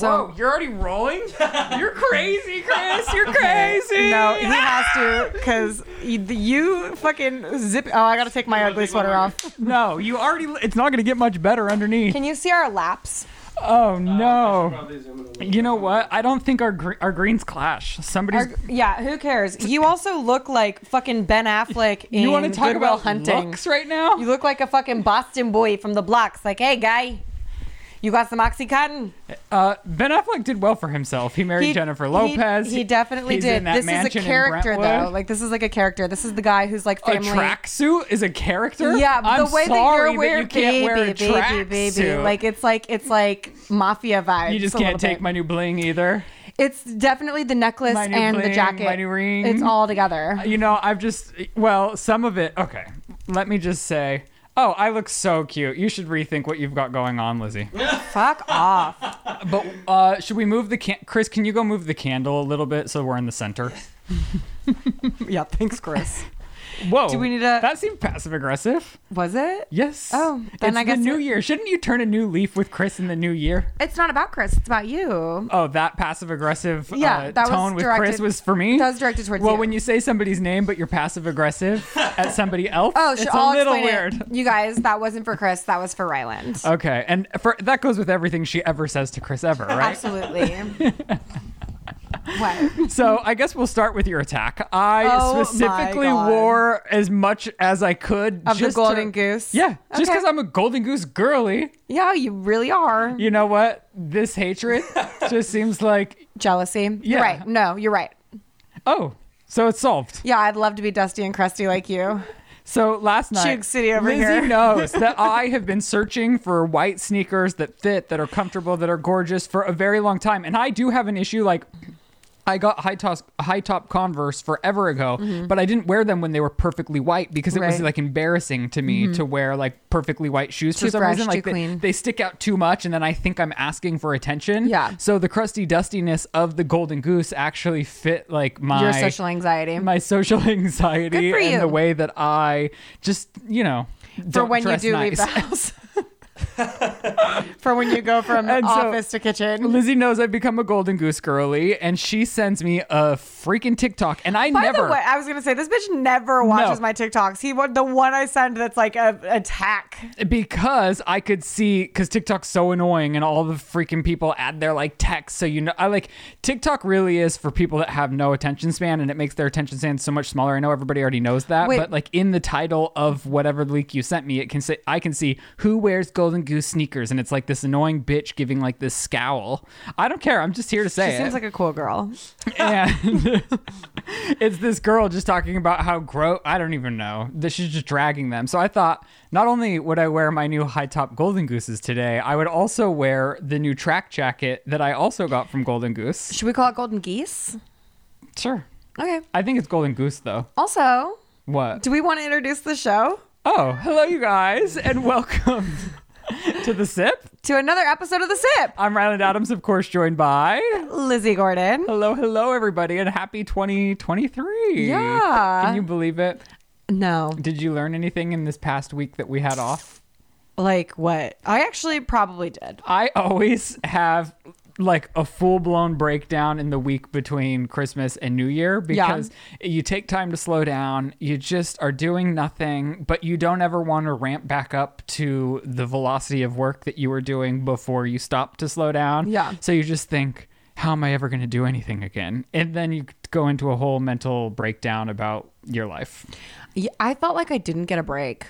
So Whoa, you're already rolling? You're crazy, Chris. You're crazy. no, he has to because you, you fucking zip. Oh, I gotta take my ugly sweater off. No, you already. It's not going to get much better underneath. Can you see our laps? Oh no. Uh, Probably zoom in a little You know what? I don't think our gre- our greens clash. Somebody's. Our- yeah, who cares? You also look like fucking Ben Affleck in you want to talk Goodwill about Hunting. looks right now? You look like a fucking Boston boy from the blocks. Like, hey, guy, you got some OxyContin? Uh, ben Affleck did well for himself. He married He- Jennifer he- Lopez. He, definitely He's in did. that This is a mansion in character, though. Brentwood. Like, this is like a character. This is the guy who's like A family. tracksuit is a character. Yeah, but I'm the sorry way that you're wearing, you can't wear a baby, baby, baby, tracksuit. like it's like it's like mafia vibes. you just a can't little take bit. my new bling either. It's definitely the necklace My new and bling, the jacket. my new ring. It's all together. You know, I've just well, some of it. Okay, let me just say. Oh, I look so cute. You should rethink what you've got going on, Lizzie. Fuck off. But uh, should we move the can- Chris? Can you go move the candle a little bit so we're in the center? Yeah, thanks, Chris. Whoa! Do we need a- That seemed passive aggressive. Was it? Yes. Oh, then it's I guess the new it- year. Shouldn't you turn a new leaf with Chris in the new year? It's not about Chris. It's about you. Oh, that passive aggressive Yeah, uh, that was tone with Chris directed- was for me. that was directed towards well, you. when you say somebody's name but you're passive aggressive at somebody else, Oh, it's should a I'll little explain weird. It. You guys, that wasn't for Chris. That was for Ryland. Okay, and for that goes with everything she ever says to Chris ever, right? Absolutely. what? so I guess we'll start with your attack. I Oh my specifically God. wore as much as I could Of the just to- golden goose? Yeah, just Okay. because I'm a golden goose girly. Yeah, you really are. You know what? This hatred just seems like Jealousy. Yeah. You're right. No, you're right. oh, so it's solved. Yeah, I'd love to be dusty and crusty like you. So last night, Chug City over Lizzie here. knows that I have been searching for white sneakers that fit, that are comfortable, that are gorgeous for a very long time, and I do have an issue. Like, I got high top high top Converse forever ago, but I didn't wear them when they were perfectly white because it was Mm-hmm. Right. Mm-hmm. like embarrassing to me to wear like perfectly white shoes for Too some fresh, reason. too Like they- clean. they stick out too much, and then I think I'm asking for attention. Yeah. So the crusty dustiness of the golden goose actually fit like my Your social anxiety. my social anxiety Good for and you. the way that I just, you know, for don't when you dress do leave nice. the house. for when you go from And so- office to kitchen. Lizzie knows I've become a golden goose girly, and she sends me a freaking TikTok, and I By never. the way, I was gonna say this bitch never watches my TikToks. He wa- the one I send that's like a attack. because I could see because TikTok's so annoying and all the freaking people add their like text so you know I like TikTok really is for people that have no attention span and it makes their attention span so much smaller. I know everybody already knows that, Wait. but like in the title of whatever leak you sent me, it can say I can see who wears golden goose sneakers and it's like this annoying bitch giving like this scowl. I don't care. I'm just here to say She it seems like a cool girl. and it's this girl just talking about how gross I don't even know that she's just dragging them. So I thought not only would I wear my new high top Golden Gooses today, I would also wear the new track jacket that I also got from Golden Goose. Should we call it Golden Geese? Sure. Okay. I think it's Golden Goose though. Also, What? do we want to introduce the show Oh, hello you guys and welcome to the sip. to another episode of The Sip? I'm Ryland Adams, of course, joined by Lizzie Gordon. Hello, hello everybody, and happy 2023. Yeah. Can you believe it? No. Did you learn anything in this past week that we had off? Like what? I actually probably did. I always have like a full blown breakdown in the week between Christmas and New Year because you take time to slow down. You just are doing nothing, but you don't ever want to ramp back up to the velocity of work that you were doing before you stopped to slow down. Yeah. So you just think, how am I ever going to do anything again? And then you go into a whole mental breakdown about your life. Yeah, I felt like I didn't get a break.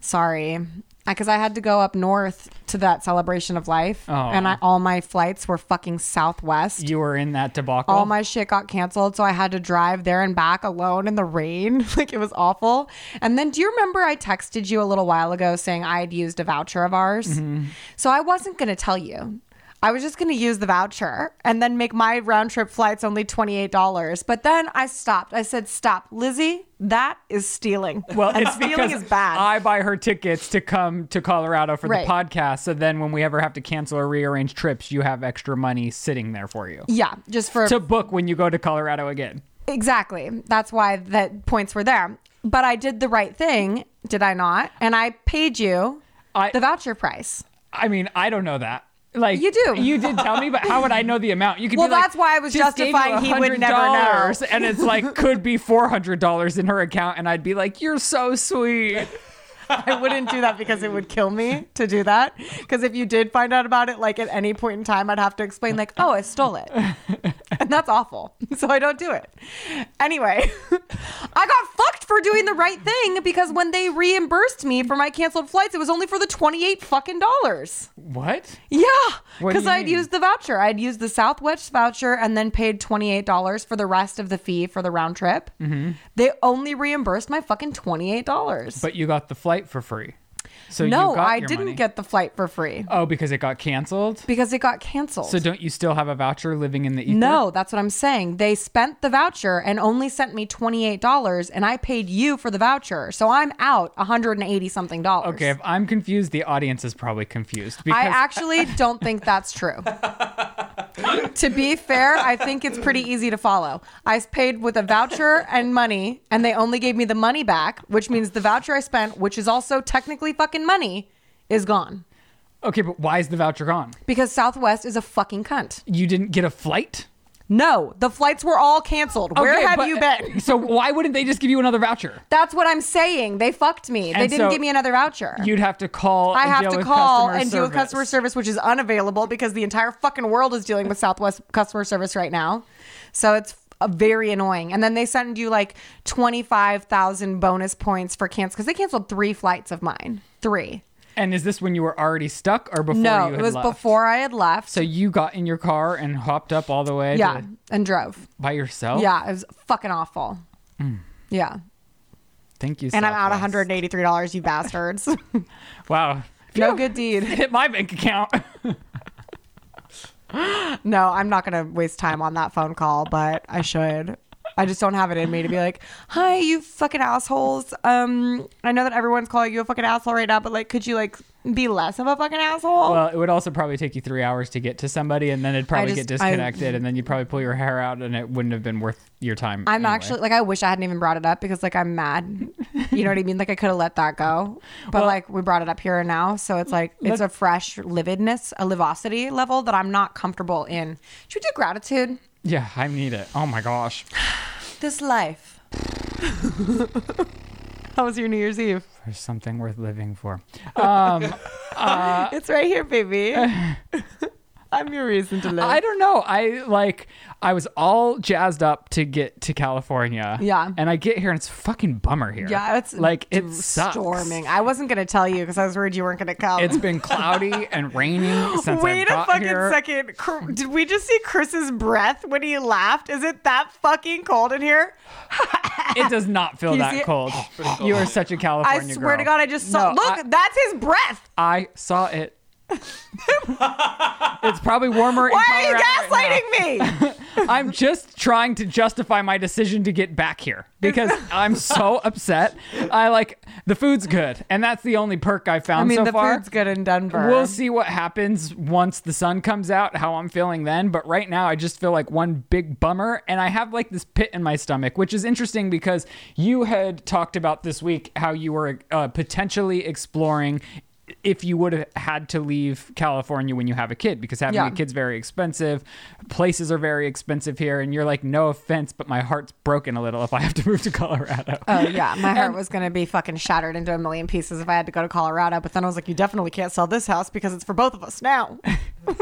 Sorry. Because I had to go up north to that celebration of life, Oh. and I, all my flights were fucking southwest. You were in that debacle. all my shit got canceled, so I had to drive there and back alone in the rain. Like it was awful. And then, do you remember I texted you a little while ago saying I had used a voucher of ours? Mm-hmm. So I wasn't going to tell you. I was just going to use the voucher and then make my round trip flights only $28. But then I stopped. I said, Stop, Lizzie, that is stealing. Well, and it's stealing because is bad. I buy her tickets to come to Colorado for Right. the podcast. So then, when we ever have to cancel or rearrange trips, you have extra money sitting there for you yeah, just for to book when you go to Colorado again. Exactly. That's why the points were there. But I did the right thing, did I not? And I paid you I- the voucher price. I mean, I don't know that. Like You do. You did tell me, but how would I know the amount? You could Well, be like, that's why I was "Just gave you justifying he would never $100," know. And it's like could be four hundred dollars in her account, and I'd be like, You're so sweet. I wouldn't do that because it would kill me to do that. Because if you did find out about it, like at any point in time, I'd have to explain, like, oh, I stole it. And that's awful. So I don't do it. Anyway, I got fucked for doing the right thing because when they reimbursed me for my canceled flights, it was only for the 28 fucking dollars. What? Yeah. What do Because you I'd mean? used the voucher. I'd used the Southwest voucher and then paid $28 for the rest of the fee for the round trip. They only reimbursed my fucking $28. But you got the flight for free. So No, you got I your didn't money. get the flight for free Oh, because it got canceled? because it got canceled. So don't you still have a voucher living in the ether? no, that's what I'm saying. They spent the voucher and only sent me $28 and I paid you for the voucher. So I'm out 180 something dollars. Okay, if I'm confused, the audience is probably confused because I actually don't think that's true. to be fair, I think it's pretty easy to follow. I paid with a voucher and money, and they only gave me the money back, which means the voucher I spent, which is also technically fucking money, is gone. okay, but why is the voucher gone? Because Southwest is a fucking cunt. You didn't get a flight. No, the flights were all canceled. Where Okay, have but- you been? So why wouldn't they just give you another voucher? That's what I'm saying. They fucked me. they And didn't so give me another voucher. You'd have to call. I and have deal to with call customer and deal with customer service, which is unavailable because the entire fucking world is dealing with Southwest customer service right now. So it's uh, very annoying. And then they send you like 25,000 bonus points for cancel because they canceled three flights of mine. Three. And is this when you were already stuck or before? you no, had it was left? before I had left. So you got in your car and hopped up all the way. yeah, to, Oh. and drove. by yourself. Yeah, it was fucking awful. Hmm. Yeah. Thank you. And I'm out Southwest. $183, you bastards. Wow. no good deed. Hit my bank account. No, I'm not going to waste time on that phone call, but I should. I just don't have it in me to be like, "Hi, you fucking assholes. Um, I know that everyone's calling you a fucking asshole right now, but like, could you like be less of a fucking asshole?" well, it would also probably take you three hours to get to somebody, and then it'd probably just- get Oh. I- disconnected, and then you'd probably pull your hair out, and it wouldn't have been worth your time. I'm anyway. actually like, I wish I hadn't even brought it up because like I'm mad. You know what I mean? Like I could have let that go, but like we brought it up here and now, so it's like it's a fresh lividness, a livosity level that I'm not comfortable in. Should we do gratitude? Yeah, I need it. Oh my gosh. This life. How was your New Year's Eve? There's something worth living for. It's right here, baby. Uh, I'm your reason to live. I don't know. I like I was all jazzed up to get to California. Yeah. And I get here and it's fucking bummer here. yeah, it's like it sucks. storming. I wasn't gonna tell you because I was worried you weren't gonna come. It's been cloudy and raining since I Wait a got fucking here. second. Cr- Did we just see Chris's breath when he laughed? Is it that fucking cold in here? It does not feel You see that it? cold. You are such a I California swear girl. to God, I just saw. No, Look, I- that's his breath. I saw it. it's probably warmer Why in are you Colorado right now. gaslighting me? I'm just trying to justify my decision to get back here because I'm so upset. I like the food's good, and that's the only perk I found so far. good in Denver. We'll see what happens once the sun comes out, how I'm feeling then. But right now, I just feel like one big bummer. And I have like this pit in my stomach, which is interesting because you had talked about this week how you were uh, potentially exploring if you would have had to leave California when you have a kid because having Yeah. a kid's very expensive. Places are very expensive here. And you're like, no offense, but my heart's broken a little if I have to move to Colorado. Oh yeah, my heart was gonna be fucking shattered into a million pieces if I had to go to Colorado. But then I was like, you definitely can't sell this house because it's for both of us now.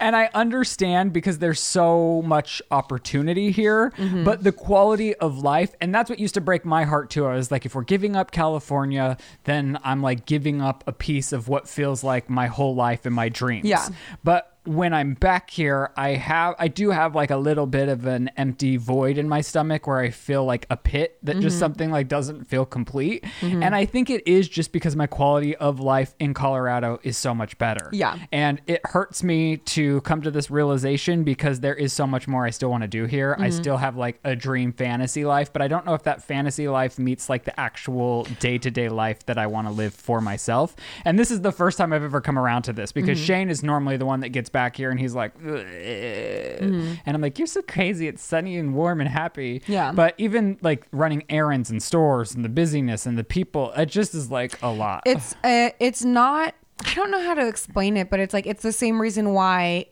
And I understand because there's so much opportunity here, but the quality of life, and that's what used to break my heart too. I was like, if we're giving up California, then I'm like giving up a piece of what feels like my whole life and my dreams. Yeah. But when I'm back here, I have I do have like a little bit of an empty void in my stomach where I feel like a pit that just something like doesn't feel complete. And I think it is just because my quality of life in Colorado is so much better. Yeah. And it hurts me to come to this realization because there is so much more I still want to do here. Mm-hmm. I still have like a dream fantasy life, but I don't know if that fantasy life meets like the actual day to day life that I want to live for myself. And this is the first time I've ever come around to this Mm-hmm. because Shane is normally the one that gets back here and he's like, "Ugh." and I'm like, you're so crazy. It's sunny and warm and happy. Mm-hmm. Yeah. But even like running errands and stores and the busyness and the people, it just is like a lot. it's uh, it's not I don't know how to explain it, but it's like it's the same reason why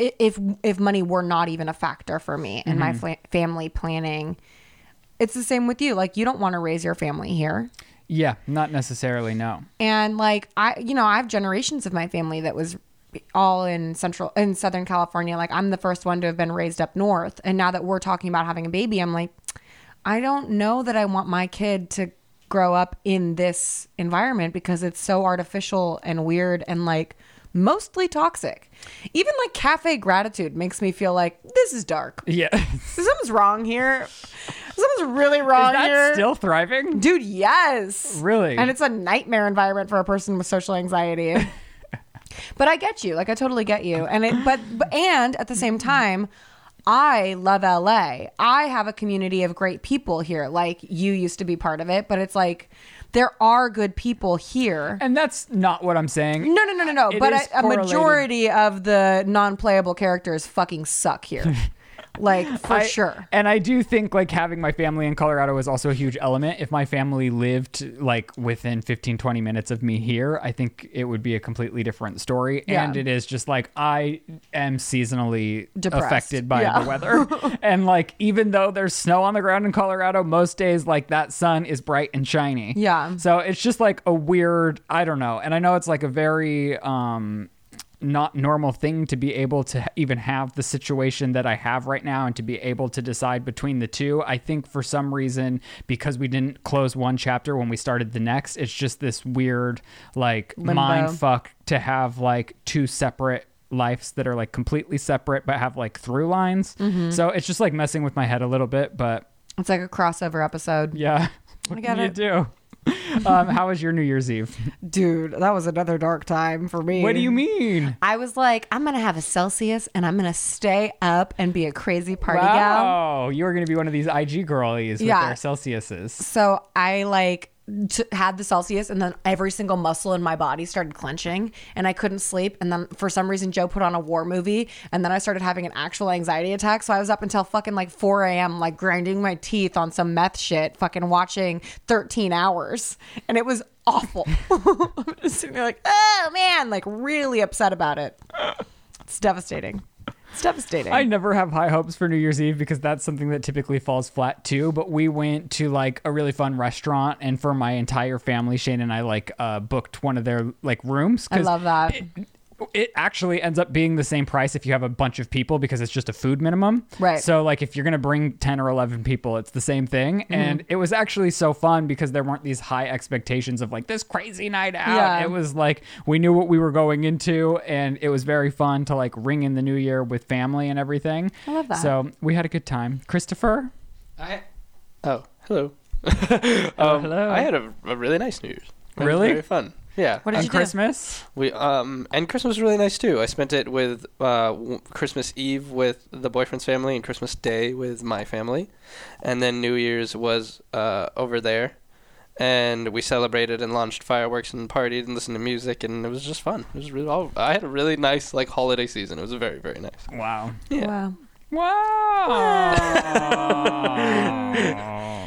i- if if money were not even a factor for me in my fla- family planning, it's the same with you. Like you don't want to raise your family here. Yeah, not necessarily. No. And like I you know, I have generations of my family that was all in central in southern California. Like I'm the first one to have been raised up north. And now that we're talking about having a baby, I'm like I don't know that I want my kid to grow up in this environment because it's so artificial and weird and like mostly toxic. Even like cafe gratitude makes me feel like this is dark. Yeah. Something's wrong here. Something's really wrong Is that here. still thriving? Dude, yes. Really? And it's a nightmare environment for a person with social anxiety. but I get you. Like I totally get you. And it but, but and at the same time, I love LA. I have a community of great people here. Like you used to be part of it, but it's like there are good people here. And that's not what I'm saying. No, no, no, no, no. It But is a, a correlated. majority of the non-playable characters fucking suck here. like for I- sure. And I do think like having my family in Colorado is also a huge element. If my family lived like within 15, 20 minutes of me here, I think it would be a completely different story. Yeah. And it is just like I am seasonally Depressed. affected by Yeah. the weather. and like even though there's snow on the ground in Colorado, most days like that sun is bright and shiny. Yeah. So it's just like a weird, I don't know. And I know it's like a very um not normal thing to be able to even have the situation that I have right now and to be able to decide between the two. I think for some reason because we didn't close one chapter when we started the next, it's just this weird like Limbo. mind fuck to have like two separate lives that are like completely separate but have like through lines. Mm-hmm. So it's just like messing with my head a little bit, but It's like a crossover episode. yeah. What get can you it. do? um, how was your New Year's Eve? Dude, that was another dark time for me. What do you mean? I was like, I'm gonna have a Celsius and I'm gonna stay up and be a crazy party gal. Wow, you are going to be one of these IG girlies with Yeah. their Celsiuses. So I like t- had the Celsius and then every single muscle in my body started clenching and I couldn't sleep. And then for some reason, Joe put on a war movie and then I started having an actual anxiety attack. So I was up until fucking like 4 a.m., like grinding my teeth on some meth shit, fucking watching 13 hours. And it was awful. I'm just sitting there like, oh man, like really upset about it. It's devastating. It's devastating. I never have high hopes for New Year's Eve because that's something that typically falls flat too. But we went to like a really fun restaurant, and for my entire family, Shane and I like uh, booked one of their like rooms. I 'cause love that. it actually ends up being the same price if you have a bunch of people because it's just a food minimum. Right. So like if you're gonna bring ten or eleven people, it's the same thing. Mm-hmm. And it was actually so fun because there weren't these high expectations of like this crazy night out. Yeah. It was like we knew what we were going into, and it was very fun to like ring in the new year with family and everything. I love that. So we had a good time. Christopher, I. Oh, hello. hello. Um, I had a, a really nice New Year's. It was Really? very fun. Yeah. What did on you do? Christmas, We um and Christmas was really nice too. I spent it with uh w- Christmas Eve with the boyfriend's family and Christmas Day with my family, and then New Year's was uh over there, and we celebrated and launched fireworks and partied and listened to music and it was just fun. It was really all, I had a really nice like holiday season. It was very very nice. wow, Yeah. Wow. wow.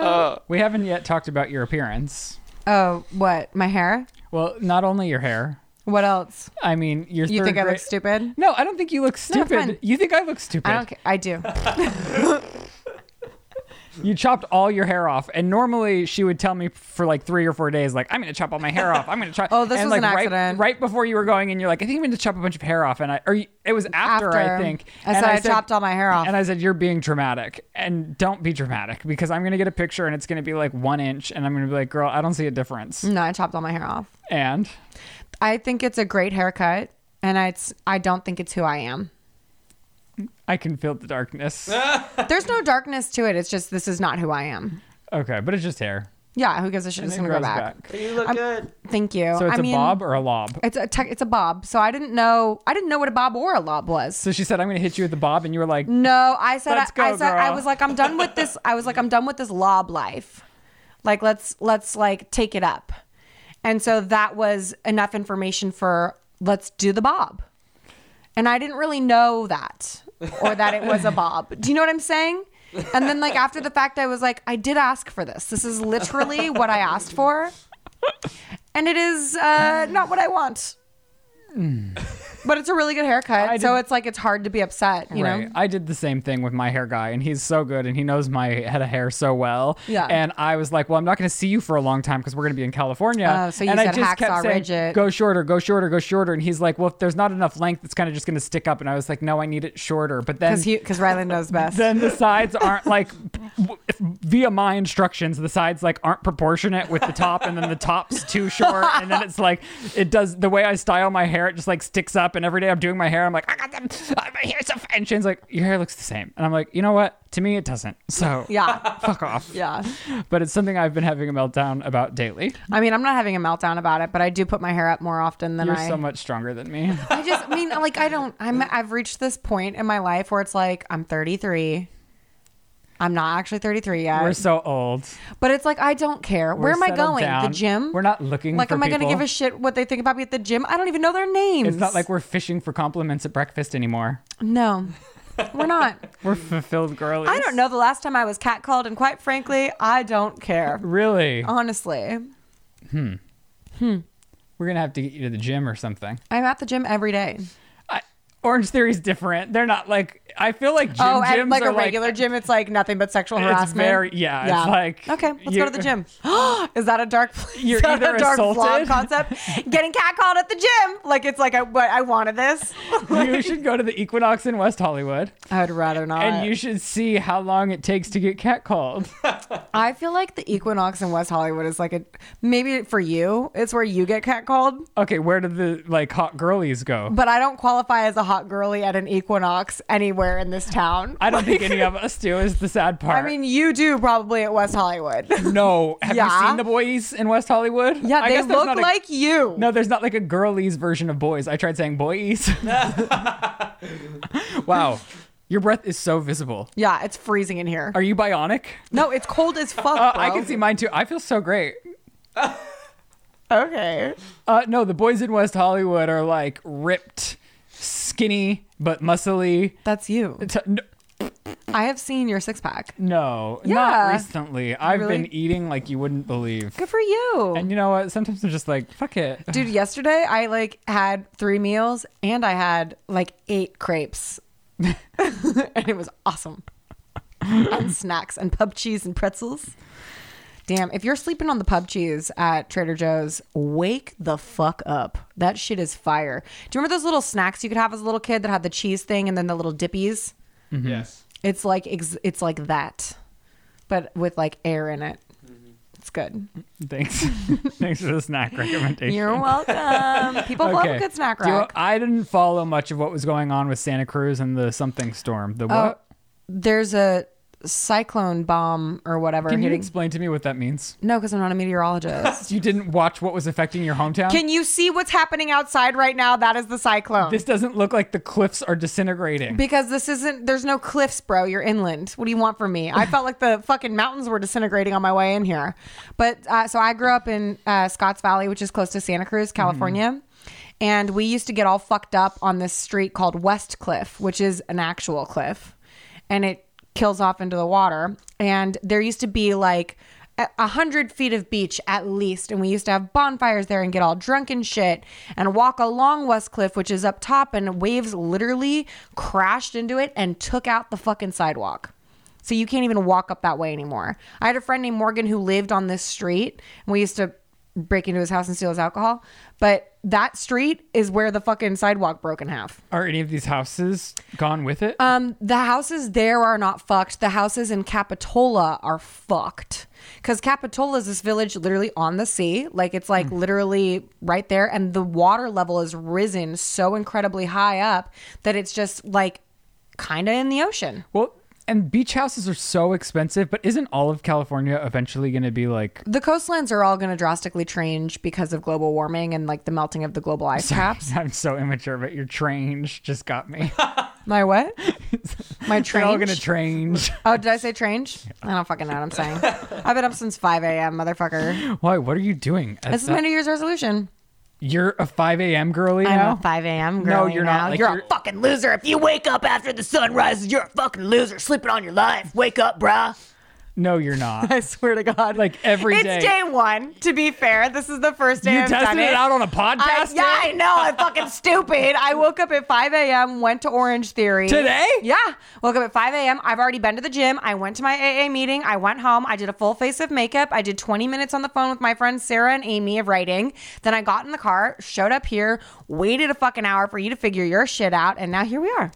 Uh, we haven't yet talked about your appearance. Oh, what? My hair? Well, not only your hair. What else? I mean, your You third think I grade- look stupid? No, I don't think you look No, stupid. fine. you think I look stupid. I don't care. I do. You chopped all your hair off, and normally she would tell me for like three or four days, like I'm going to chop all my hair off. I'm going to chop. Oh, this and, was like, an right, accident. Right before you were going, and you're like, I think I'm going to chop a bunch of hair off, and I or you- it was after, I think. I And said I, chopped all my hair off. And I said, You're being dramatic. And don't be dramatic because I'm going to get a picture and it's going to be like one inch. And I'm going to be like, Girl, I don't see a difference. no, I chopped all my hair off. And I think it's a great haircut, and I, it's I don't think it's who I am. I can feel the darkness. There's no darkness to it. It's just this is not who I am. okay, but it's just hair. Yeah, who gives a shit? And It's it gonna go grows back. you look good. Thank you. So it's I a mean, bob or a lob? It's a tech, it's a bob. So I didn't know I didn't know what a bob or a lob was. So she said, I'm going to hit you with the bob. And you were like, No, I said Let's I, I go, said I girl. was like I'm done with this. I was like I'm done with this lob life. Like let's let's like take it up. And so that was enough information for let's do the bob. And I didn't really know that or that it was a bob. Do you know what I'm saying? And then like after the fact I was like I did ask for this. This is literally what I asked for. and it is uh, not what I want. but it's a really good haircut, Hmm. I so did- it's like it's hard to be upset, you right. know. I did the same thing with my hair guy, and he's so good, and he knows my head of hair so well. Yeah. And I was like, well, I'm not going to see you for a long time because we're going to be in California. Oh, so you and I said just hacksaw kept saying, ridge it. go shorter, go shorter, go shorter. And he's like, well, if there's not enough length, it's kind of just going to stick up. And I was like, no, I need it shorter. But then. Because because Ryland knows best. then the sides aren't like w- if- via my instructions the sides like aren't proportionate with the top and then the top's too short and then it's like it does the way i style my hair it just like sticks up and every day i'm doing my hair i'm like i got them uh, my hair's so f-" and shane's like your hair looks the same and i'm like you know what to me it doesn't so yeah, fuck off yeah. but it's something i've been having a meltdown about daily I mean, I'm not having a meltdown about it, but I do put my hair up more often than you're I. so much stronger than me I just I mean, like, I don't. I'm. I've reached this point in my life where it's like I'm 33. I'm not actually 33 yet, we're so old but it's like I don't care. We're Where am I settled going? down. The gym? we're not looking Like, for am I going to people. give a shit what they think about me at the gym? I don't even know their names. it's not like we're fishing for compliments at breakfast anymore no, we're not. we're fulfilled girlies I don't know the last time I was catcalled, and quite frankly, I don't care. Really? Honestly, We're gonna have to get you to the gym or something. I'm at the gym every day. I, Orange Theory's different. They're not like I feel like gym oh, gyms and like are a regular gym, it's like nothing but sexual It's harassment. very- yeah, it's like okay, let's go you're- to the gym. is that a dark? is You're that either a dark assaulted- vlog concept. Getting catcalled at the gym, like it's like I, what, I wanted this. Like, you should go to the Equinox in West Hollywood, I'd rather not. and you should see how long it takes to get catcalled. I feel like the Equinox in West Hollywood is like a maybe for you, it's where you get catcalled. okay, where do the like hot girlies go? But I don't qualify as a hot girly at an Equinox anywhere in this town. I don't think any of us do. Is the sad part? I mean, you do probably at West Hollywood. no. Have you Yeah. seen the boys in West Hollywood? Yeah, I they guess there's look not a- like you. No, there's not like a girlies version of boys. I tried saying boys. wow, your breath is so visible. Yeah, it's freezing in here. Are you bionic? No, it's cold as fuck. Uh, bro. I can see mine too. I feel so great. Okay. Uh, no, the boys in West Hollywood are like ripped, skinny, but muscly. That's you. T- n- I have seen your six pack. no, not Yeah. recently. I've Really? been eating like you wouldn't believe. Good for you. And you know what? Sometimes I'm just like, fuck it. Dude, yesterday I like had three meals and I had like eight crepes. and it was awesome. and snacks and pub cheese and pretzels. Damn, if you're sleeping on the pub cheese at Trader Joe's, wake the fuck up. That shit is fire. Do you remember those little snacks you could have as a little kid that had the cheese thing and then the little dippies? Mm-hmm. Yes. It's like ex- it's like that, but with like air in it. It's good. Thanks. Thanks for the snack recommendation. You're welcome. People love a good snack Do you- rack. I didn't follow much of what was going on with Santa Cruz and the something storm. The Oh, what? there's a cyclone bomb or whatever Can you hitting. explain to me what that means? no, because I'm not a meteorologist. You didn't watch what was affecting your hometown? Can you see what's happening outside right now? That is the cyclone. this doesn't look like the cliffs are disintegrating. because this isn't. There's no cliffs, bro. You're inland. What do you want from me? I felt like the fucking mountains were disintegrating on my way in here. But uh, so I grew up in uh, Scotts Valley, which is close to Santa Cruz, Mm-hmm. California. And we used to get all fucked up on this street called West Cliff, which is an actual cliff. And it kills off into the water. And there used to be like a a hundred feet of beach at least, and we used to have bonfires there and get all drunk and shit and walk along West Cliff, which is up top, and waves literally crashed into it and took out the fucking sidewalk. So you can't even walk up that way anymore. I had a friend named Morgan who lived on this street, and we used to break into his house and steal his alcohol. But that street is where the fucking sidewalk broke in half. Are any of these houses gone with it? Um, the houses there are not fucked. The houses in Capitola are fucked. Because Capitola is this village literally on the sea. Like it's like Mm. literally right there. And the water level is risen so incredibly high up that it's just like kind of in the ocean. well, and beach houses are so expensive, but isn't all of California eventually going to be like The coastlines are all going to drastically change because of global warming and like the melting of the global ice caps. I'm so immature, but your trains just got me. My what? My train. They're all going to trange. oh, did I say change? I don't fucking know what I'm saying. I've been up since 5 a.m., motherfucker. Why? What are you doing? This is my New Year's resolution. You're a 5 a.m. girly I'm now? a 5 a.m. No, girl. you're now. not. Like, you're, you're- a fucking loser if you You wake up after the sun rises. You're a fucking loser, sleeping on your life. Wake up, brah. No, you're not. I swear to God. Like, every it's day. day one, to be fair. This is the first day you I've done tested it it. out on a podcast I, yeah, I know. I'm fucking stupid. I woke up at 5 a.m., went to Orange Theory. today? Yeah. Woke up at 5 a.m. I've already been to the gym. I went to my AA meeting. I went home. I did a full face of makeup. I did 20 minutes on the phone with my friends Sarah and Amy of writing. Then I got in the car, showed up here, waited a fucking hour for you to figure your shit out, and now here we are.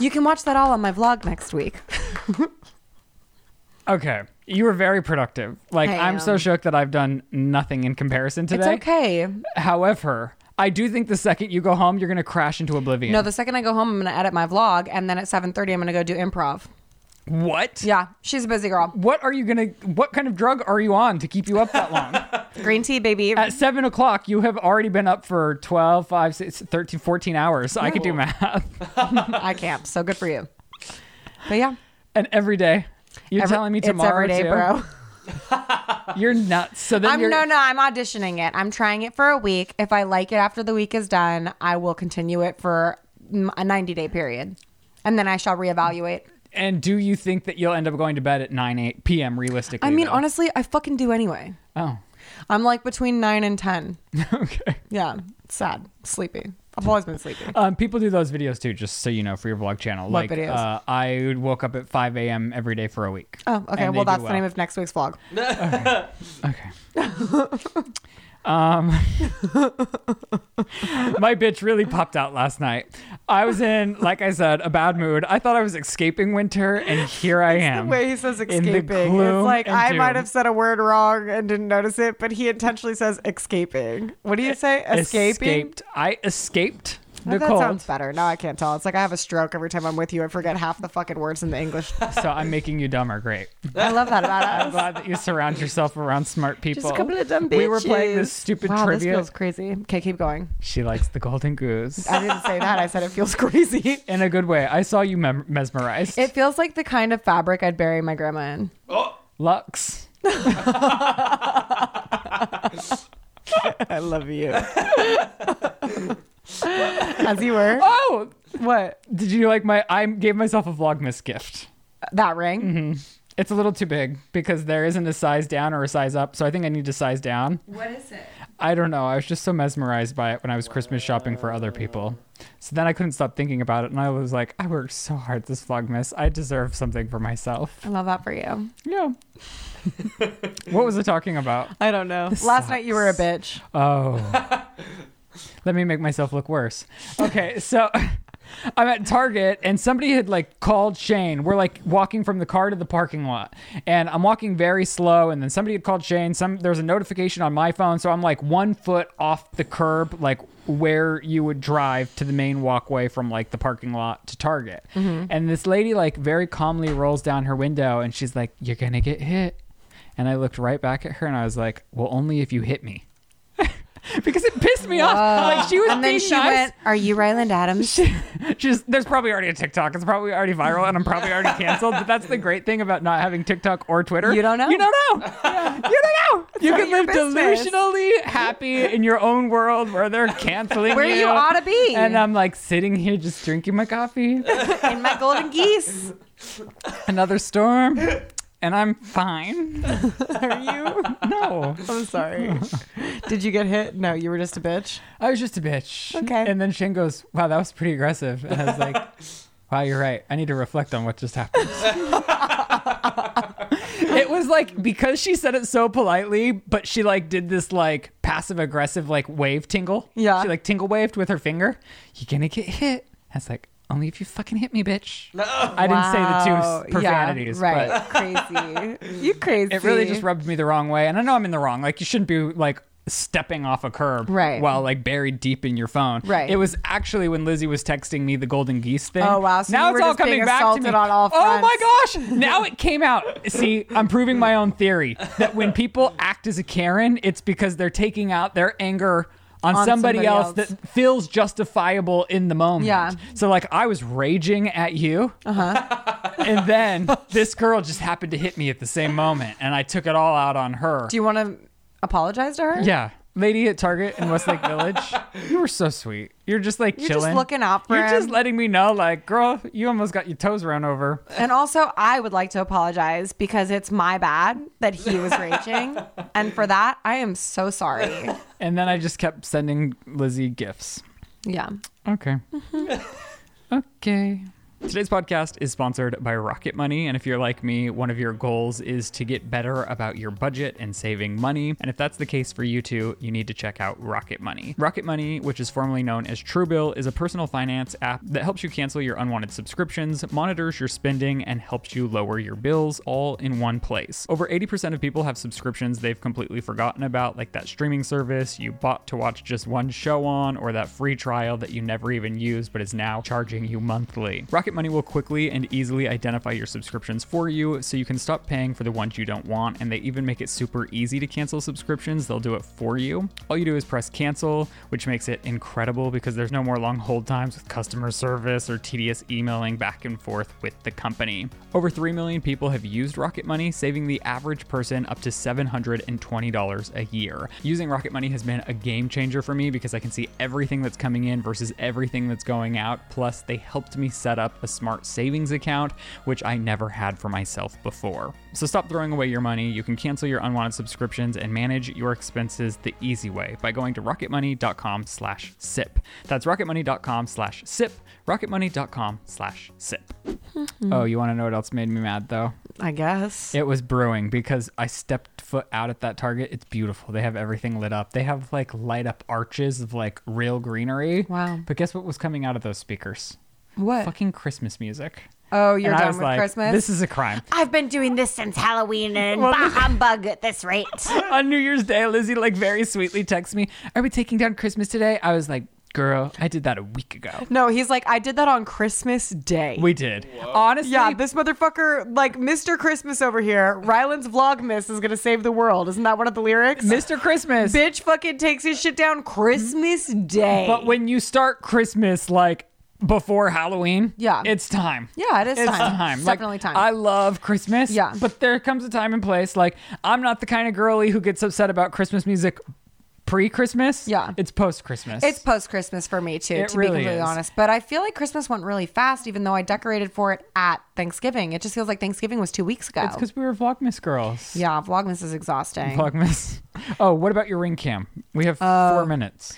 You can watch that all on my vlog next week. Okay. You were very productive. Like, I I'm so am. shook that I've done nothing in comparison today. um, It's okay. However, I do think the second you go home, you're going to crash into oblivion. No, the second I go home, I'm gonna edit my vlog, and then at 7:30, I'm gonna go do improv. what? Yeah, she's a busy girl. What are you going to, what kind of drug are you on to keep you up that long? Green tea, baby. At seven o'clock, you have already been up for 12, 5, 6, 13, 14 hours. I could do math. I can't. So good for you. But yeah, And every day, you're every- telling me it's tomorrow, every day, too? bro. You're nuts. So then I'm you're, no, no. I'm auditioning it. I'm trying it for a week. If I like it after the week is done, I will continue it for mm, a 90 day period, and then I shall reevaluate. and do you think that you'll end up going to bed at 9, 8 p.m. realistically? I mean, though? honestly, I fucking do anyway. Oh, I'm like between nine and ten. okay. Yeah, it's sad, sleepy. I've always been sleepy. Um, people do those videos too, just so you know, for your vlog channel. What like, videos? Uh, I woke up at 5 a.m. every day for a week. Oh, okay. And Well, they do that's the name of next week's vlog. Okay. um, my bitch really popped out last night. I was in, like I said, a bad mood. I thought I was escaping winter, and here I am. The way he says in the escaping, gloom it's like and I doom. might have said a word wrong and didn't notice it, but he intentionally says escaping. What do you say? Escaping. Escaped. I escaped the Oh, that cold. sounds better. No, I can't tell. It's like I have a stroke every time I'm with you. I forget half the fucking words in the English. so I'm making you dumber. Great. I love that about us. I'm glad that you surround yourself around smart people. of dumb we were playing this stupid Wow, this trivia. feels crazy. Okay, keep going. She likes the golden goose. I didn't say that. I said it feels crazy. in a good way. I saw you mem- mesmerized. It feels like the kind of fabric I'd bury my grandma in. Lux. I love you. As you were. Oh, What? did you like my? I gave myself a Vlogmas gift. That ring? It's a little too big because there isn't a size down or a size up, so I think I need to size down. What is it? I don't know. I was just so mesmerized by it when I was Christmas shopping for other people. So then I couldn't stop thinking about it, and I was like, I worked so hard this Vlogmas. I deserve something for myself. I love that for you. Yeah. what was I talking about? I don't know. Last Last night night you were a bitch. Oh. Let me make myself look worse. Okay, so I'm at Target and somebody had like called Shane. We're like walking from the car to the parking lot. And I'm walking very slow and then somebody had called Shane. Some there was a notification on my phone, so I'm like 1 foot off the curb like where you would drive to the main walkway from like the parking lot to Target. Mm-hmm. And this lady like very calmly rolls down her window and she's like, "You're going to get hit." And I looked right back at her and I was like, "Well, only if you hit me." because it pissed me off. Like she was and being then she nice. went, Are you Ryland Adams? She's there's probably already a TikTok. It's probably already viral, and I'm probably already canceled. But that's the great thing about not having TikTok or Twitter. You don't know. You don't know. You don't know. You can your live business. delusionally happy in your own world where they're canceling Where you. you ought to be. And I'm like sitting here just drinking my coffee. in my golden geese. Another storm. And I'm fine. Are you? No, I'm sorry. Did you get hit? No, you were just a bitch. I was just a bitch. Okay. And then Shane goes, "Wow, that was pretty aggressive." And I was like, "Wow, you're right. I need to reflect on what just happened." it was like because she said it so politely, but she like did this like passive aggressive like wave tingle. Yeah. She like tingle waved with her finger. You're gonna get hit. I was like, only if you fucking hit me, bitch. No. I didn't say the two s- profanities, right. but Crazy. You crazy. it really just rubbed me the wrong way. And I know I'm in the wrong. Like you shouldn't be like stepping off a curb Right. while like buried deep in your phone. Right. It was actually when Lizzie was texting me the golden geese thing. Oh, wow. So now you it's were all just coming being back to me. assaulted on all oh my fronts. gosh. Now it came out. See, I'm proving my own theory that when people act as a Karen, it's because they're taking out their anger on, On somebody, somebody else, else. that feels justifiable in the moment. Yeah. So like I was raging at you. And then this girl just happened to hit me at the same moment, and I took it all out on her. Do you want to apologize to her? yeah. lady at Target in Westlake Village, you were so sweet. You're just like You're just chilling, looking out for You're just him. letting me know, like, girl, you almost got your toes run over. And also, I would like to apologize because it's my bad that he was raging. and for that, I am so sorry. And then I just kept sending Lizzie gifts. Yeah. Okay. okay. Today's podcast is sponsored by Rocket Money. And if you're like me, one of your goals is to get better about your budget and saving money. And if that's the case for you too, you need to check out Rocket Money. Rocket Money, which is formerly known as Truebill, is a personal finance app that helps you cancel your unwanted subscriptions, monitors your spending, and helps you lower your bills all in one place. Over 80% of people have subscriptions they've completely forgotten about, like that streaming service you bought to watch just one show on, or that free trial that you never even used but is now charging you monthly. Rocket Money will quickly and easily identify your subscriptions for you so you can stop paying for the ones you don't want, and they even make it super easy to cancel subscriptions. They'll do it for you. All you do is press cancel, which makes it incredible because there's no more long hold times with customer service or tedious emailing back and forth with the company. Over 3 million people have used Rocket Money, saving the average person up to $720 a year. Using Rocket Money has been a game changer for me because I can see everything that's coming in versus everything that's going out. Plus, they helped me set up a smart savings account, which I never had for myself before. So stop throwing away your money. You can cancel your unwanted subscriptions and manage your expenses the easy way by going to rocketmoney.com slash sip. That's rocketmoney.com slash sip, rocketmoney.com slash sip. Oh, you want to know what else made me mad though? I guess. It was brewing because I stepped foot out at that Target. It's beautiful. They have everything lit up. They have like light up arches of like real greenery. Wow. But guess what was coming out of those speakers? What? Fucking Christmas music. Oh, you're and I done was with like, Christmas? This is a crime. I've been doing this since Halloween and bah humbug at this rate. On New Year's Day, Lizzie like very sweetly texts me, Are we taking down Christmas today? I was like, Girl, I did that a week ago. no, he's like, I did that on Christmas Day. We did. Honestly, yeah, this motherfucker, like Mr. Christmas over here, Ryland's Vlogmas is gonna save the world. Isn't that one of the lyrics? Mr. Christmas. Bitch fucking takes his shit down Christmas Day. Mm-hmm. But when you start Christmas like before Halloween, Yeah. it's time. yeah, it is It's time. time. It's Like, definitely time. I love Christmas. Yeah. But there comes a time and place. Like, I'm not the kind of girly who gets upset about Christmas music pre Christmas. Yeah. It's post Christmas. It's post Christmas for me too, It to really be completely is. honest. But I feel like Christmas went really fast, even though I decorated for it at Thanksgiving. It just feels like Thanksgiving was two weeks ago. because we were Vlogmas girls. yeah, Vlogmas is exhausting. Vlogmas. Oh, what about your ring cam? We have Uh, four minutes.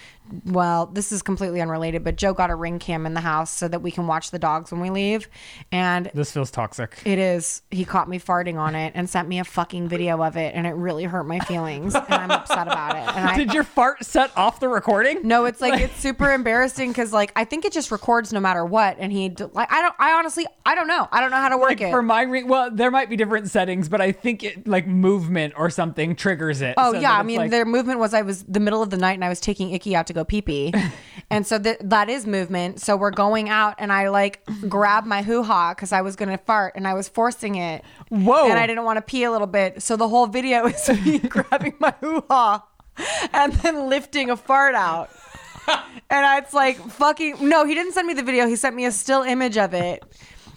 well, this is completely unrelated, but Joe got a ring cam in the house so that we can watch the dogs when we leave. And This feels toxic. it is, he caught me farting on it and sent me a fucking video of it. And it really hurt my feelings. and I'm upset about it. And I, Did your fart set off the recording? No, it's like it's super embarrassing because like I think it just records no matter what, and he d- like I don't I honestly I don't know I don't know how to work Like it. for my ring, well, there might be different settings, but I think it like movement or something triggers it. oh so yeah, that I it's mean like- their movement was I was the middle of the night and I was taking Icky out to go pee pee, and so th- that is movement. So we're going out and I like grab my hoo ha because I was gonna fart and I was forcing it. Whoa. And I didn't want to pee a little bit, so the whole video is me grabbing my hoo ha and then lifting a fart out. And I, it's like fucking no. He didn't send me the video. He sent me a still image of it,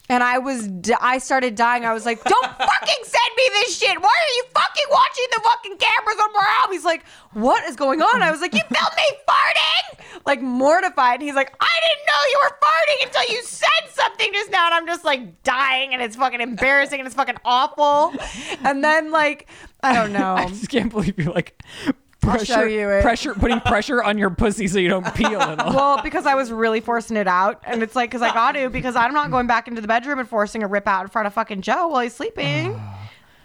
and I was di- I started dying. I was like, "Don't fucking send me this shit! Why are you fucking watching the fucking cameras on my album?" He's like, "What is going on?" I was like, "You filmed me farting!" Like mortified. He's like, "I didn't know you were farting until you said something just now," and I'm just like dying, and it's fucking embarrassing, and it's fucking awful. And then like I don't know. I just can't believe you're like pressure, show you it. pressure, putting pressure on your pussy so you don't pee a little. Well, because I was really forcing it out, and it's like because I got to because I'm not going back into the bedroom and forcing a rip out in front of fucking Joe while he's sleeping.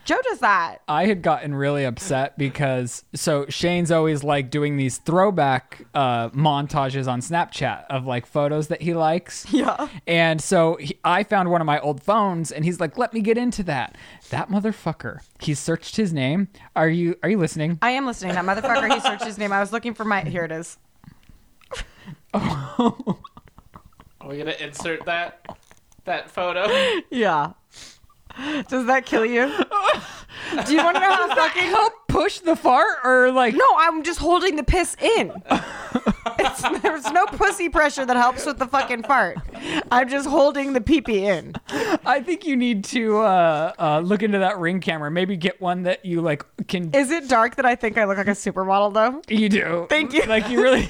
Joe does that. I had gotten really upset because so Shane's always like doing these throwback uh, montages on Snapchat of like photos that he likes. Yeah. And so he, I found one of my old phones, and he's like, "Let me get into that." That motherfucker. He searched his name. Are you Are you listening? I am listening. That motherfucker. He searched his name. I was looking for my. Here it is. Are we gonna insert that that photo? Yeah. Does that kill you? Do you want to know how fucking? Help push the fart or like No, I'm just holding the piss in. It's, there's no pussy pressure that helps with the fucking fart. I'm just holding the pee pee in. I think you need to uh, uh, look into that ring camera. Maybe get one that you like can. Is it dark that I think I look like a supermodel though? you do. Thank you. Like you really.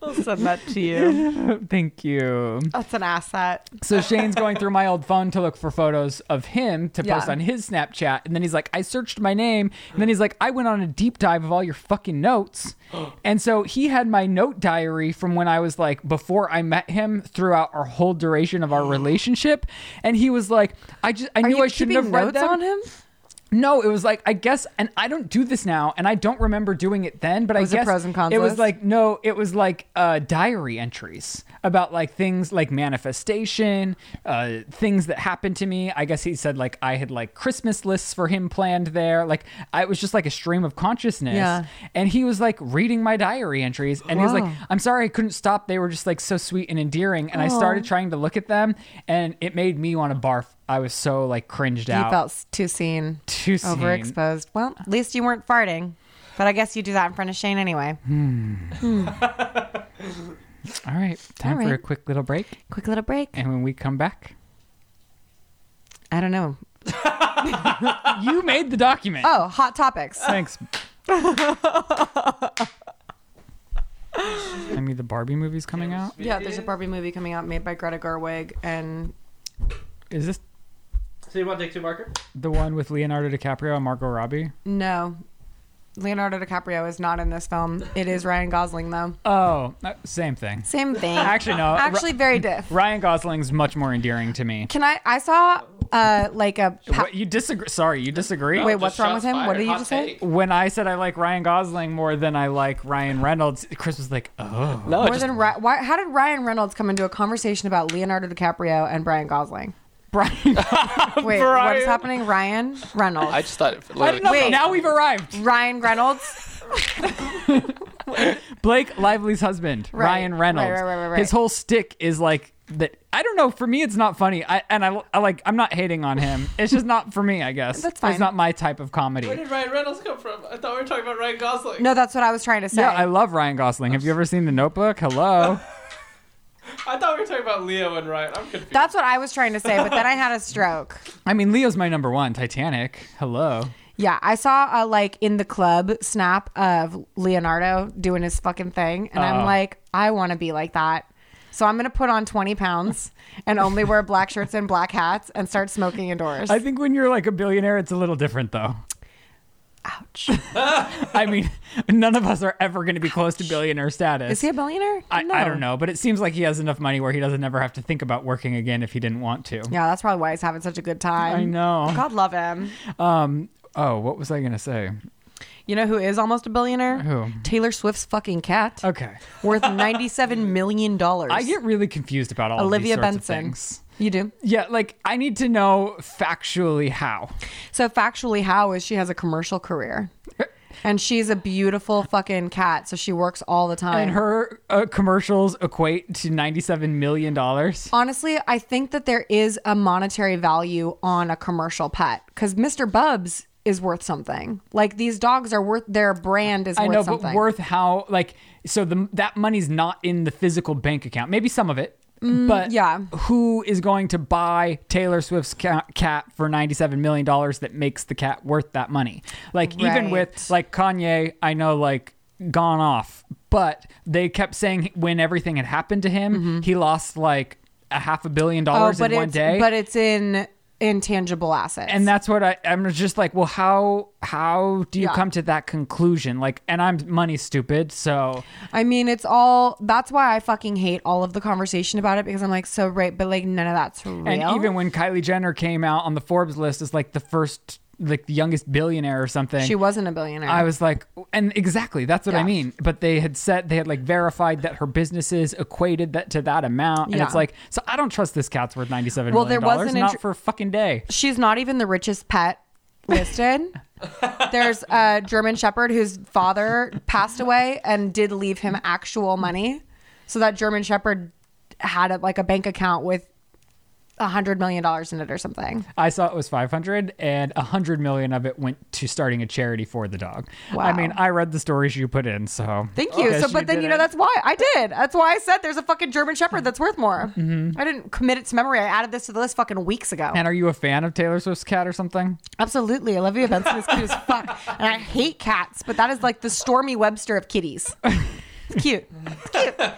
I'll send that to you. Thank you. That's an asset. So Shane's going through my old phone to look for photos of him to post Yeah. on his Snapchat. And then he's like, I searched my name. And then he's like, I went on a deep dive of all your fucking notes. and so he had my note diary from when I was like, before I met him throughout our whole duration of our relationship. And he was like, I just, I Are knew you I shouldn't keeping have read notes them. on him? No, it was like I guess, and I don't do this now, and I don't remember doing it then. But Was I it guess pros and cons it was list? like no, it was like uh, diary entries about like things like manifestation, uh, things that happened to me. I guess he said like I had like Christmas lists for him planned there. Like I, it was just like a stream of consciousness, Yeah. and he was like reading my diary entries, and he was Wow. like, "I'm sorry, I couldn't stop. They were just like so sweet and endearing." And I started trying to look at them, and it made me want to barf. I was so like cringed You out. felt s- too seen, Too seen. overexposed. Well, at least you weren't farting. But I guess you do that in front of Shane anyway. All right, time for a right. quick little break. Quick little break. And when we come back, I don't know. you made the document. Oh, hot topics. Thanks. I mean, the Barbie movie's coming out. Yeah, there's a Barbie movie coming out made by Greta Gerwig, and Is this So you want to take two marker? the one with Leonardo DiCaprio and Margot Robbie? no, Leonardo DiCaprio is not in this film. It is Ryan Gosling though. Oh, uh, same thing. Same thing. Actually, uh, no. Actually, very diff. Ri- Ryan Gosling's much more endearing to me. Can I? I saw uh like a. pa- What, you disagree? Sorry, you disagree. Wait, what's wrong with him? What did you just say? When I said I like Ryan Gosling more than I like Ryan Reynolds, Chris was like, "Oh, No, More just, than Ri- why, how did Ryan Reynolds come into a conversation about Leonardo DiCaprio and Brian Gosling? Brian." Wait, what is Brian. happening? Ryan Reynolds. I just thought it I don't know. Wait. Now we've arrived. Ryan Reynolds. Blake Lively's husband, Right. Ryan Reynolds. Right, right, right, right, right. His whole stick is like that. I don't know. For me, it's not funny. I and I, I like. I'm not hating on him. It's just not for me. I guess That's fine. It's not my type of comedy. Where did Ryan Reynolds come from? I thought we were talking about Ryan Gosling. No, that's what I was trying to say. Yeah, I love Ryan Gosling. Have you ever seen The Notebook? Hello. I thought we were talking about Leo and Ryan. I'm confused. that's what I was trying to say, but then I had a stroke. I mean, Leo's my number one. Titanic. Hello. Yeah, I saw a like in the club snap of Leonardo doing his fucking thing, and I'm Uh-oh. like, I want to be like that. So I'm gonna put on 20 pounds and only wear black shirts and black hats and start smoking indoors. I think when you're like a billionaire, it's a little different though. Ouch. I mean, none of us are ever going to be close to billionaire status. Is he a billionaire? I, I don't know, but it seems like he has enough money where he doesn't ever have to think about working again if he didn't want to. Yeah, that's probably why he's having such a good time. I know. God love him. Um. Oh, what was I gonna say? You know who is almost a billionaire? Who? Taylor Swift's fucking cat, Okay. worth 97 million dollars. I get really confused about all Olivia of these sorts of Benson. things. You do. Yeah, like I need to know factually how. So factually, how is she has a commercial career, and she's a beautiful fucking cat. So she works all the time. And her uh, commercials equate to ninety-seven million dollars. Honestly, I think that there is a monetary value on a commercial pet because Mr. Bubs is worth something. Like these dogs are worth their brand is I worth know, something. but worth how? Like, so the that money's not in the physical bank account. Maybe some of it. But Mm, yeah. who is going to buy Taylor Swift's ca- cat for $97 million that makes the cat worth that money? Like, even Right. with, like, Kanye, I know, like, gone off, but they kept saying when everything had happened to him, he lost, like, a half a billion Mm-hmm. oh, dollars but in one it's, day. but it's in intangible assets. and that's what I, I'm just like, well, how how do you Yeah. come to that conclusion? Like, and I'm money stupid, so I mean, it's all. That's why I fucking hate all of the conversation about it because I'm like, so right, but like none of that's real. And even when Kylie Jenner came out on the Forbes list as like the first, like the youngest billionaire or something, she wasn't a billionaire. I was like, and exactly, that's what I Yeah. mean. But they had said they had like verified that her businesses equated that to that amount, and Yeah. it's like, so I don't trust this cat's worth ninety seven Well, million there dollars, was an not intr- for a fucking day. she's not even the richest pet listed. There's a German Shepherd whose father passed away and did leave him actual money. So that German Shepherd had a, like a bank account with a hundred million dollars in it or something. I saw it was 500 and 100 million of it went to starting a charity for the dog. I Wow. mean, I read the stories you put in, so Thank you. Yes, so, but then you did know it. that's why I did. That's why I said there's a fucking German Shepherd that's worth more. I didn't commit it to memory. I added this to the list fucking weeks ago. Mm-hmm. And are you a fan of Taylor Swift's cat or something? Absolutely, Olivia Benson is cute as fuck, and I hate cats, but that is like the Stormy Webster of kitties. It's cute, It's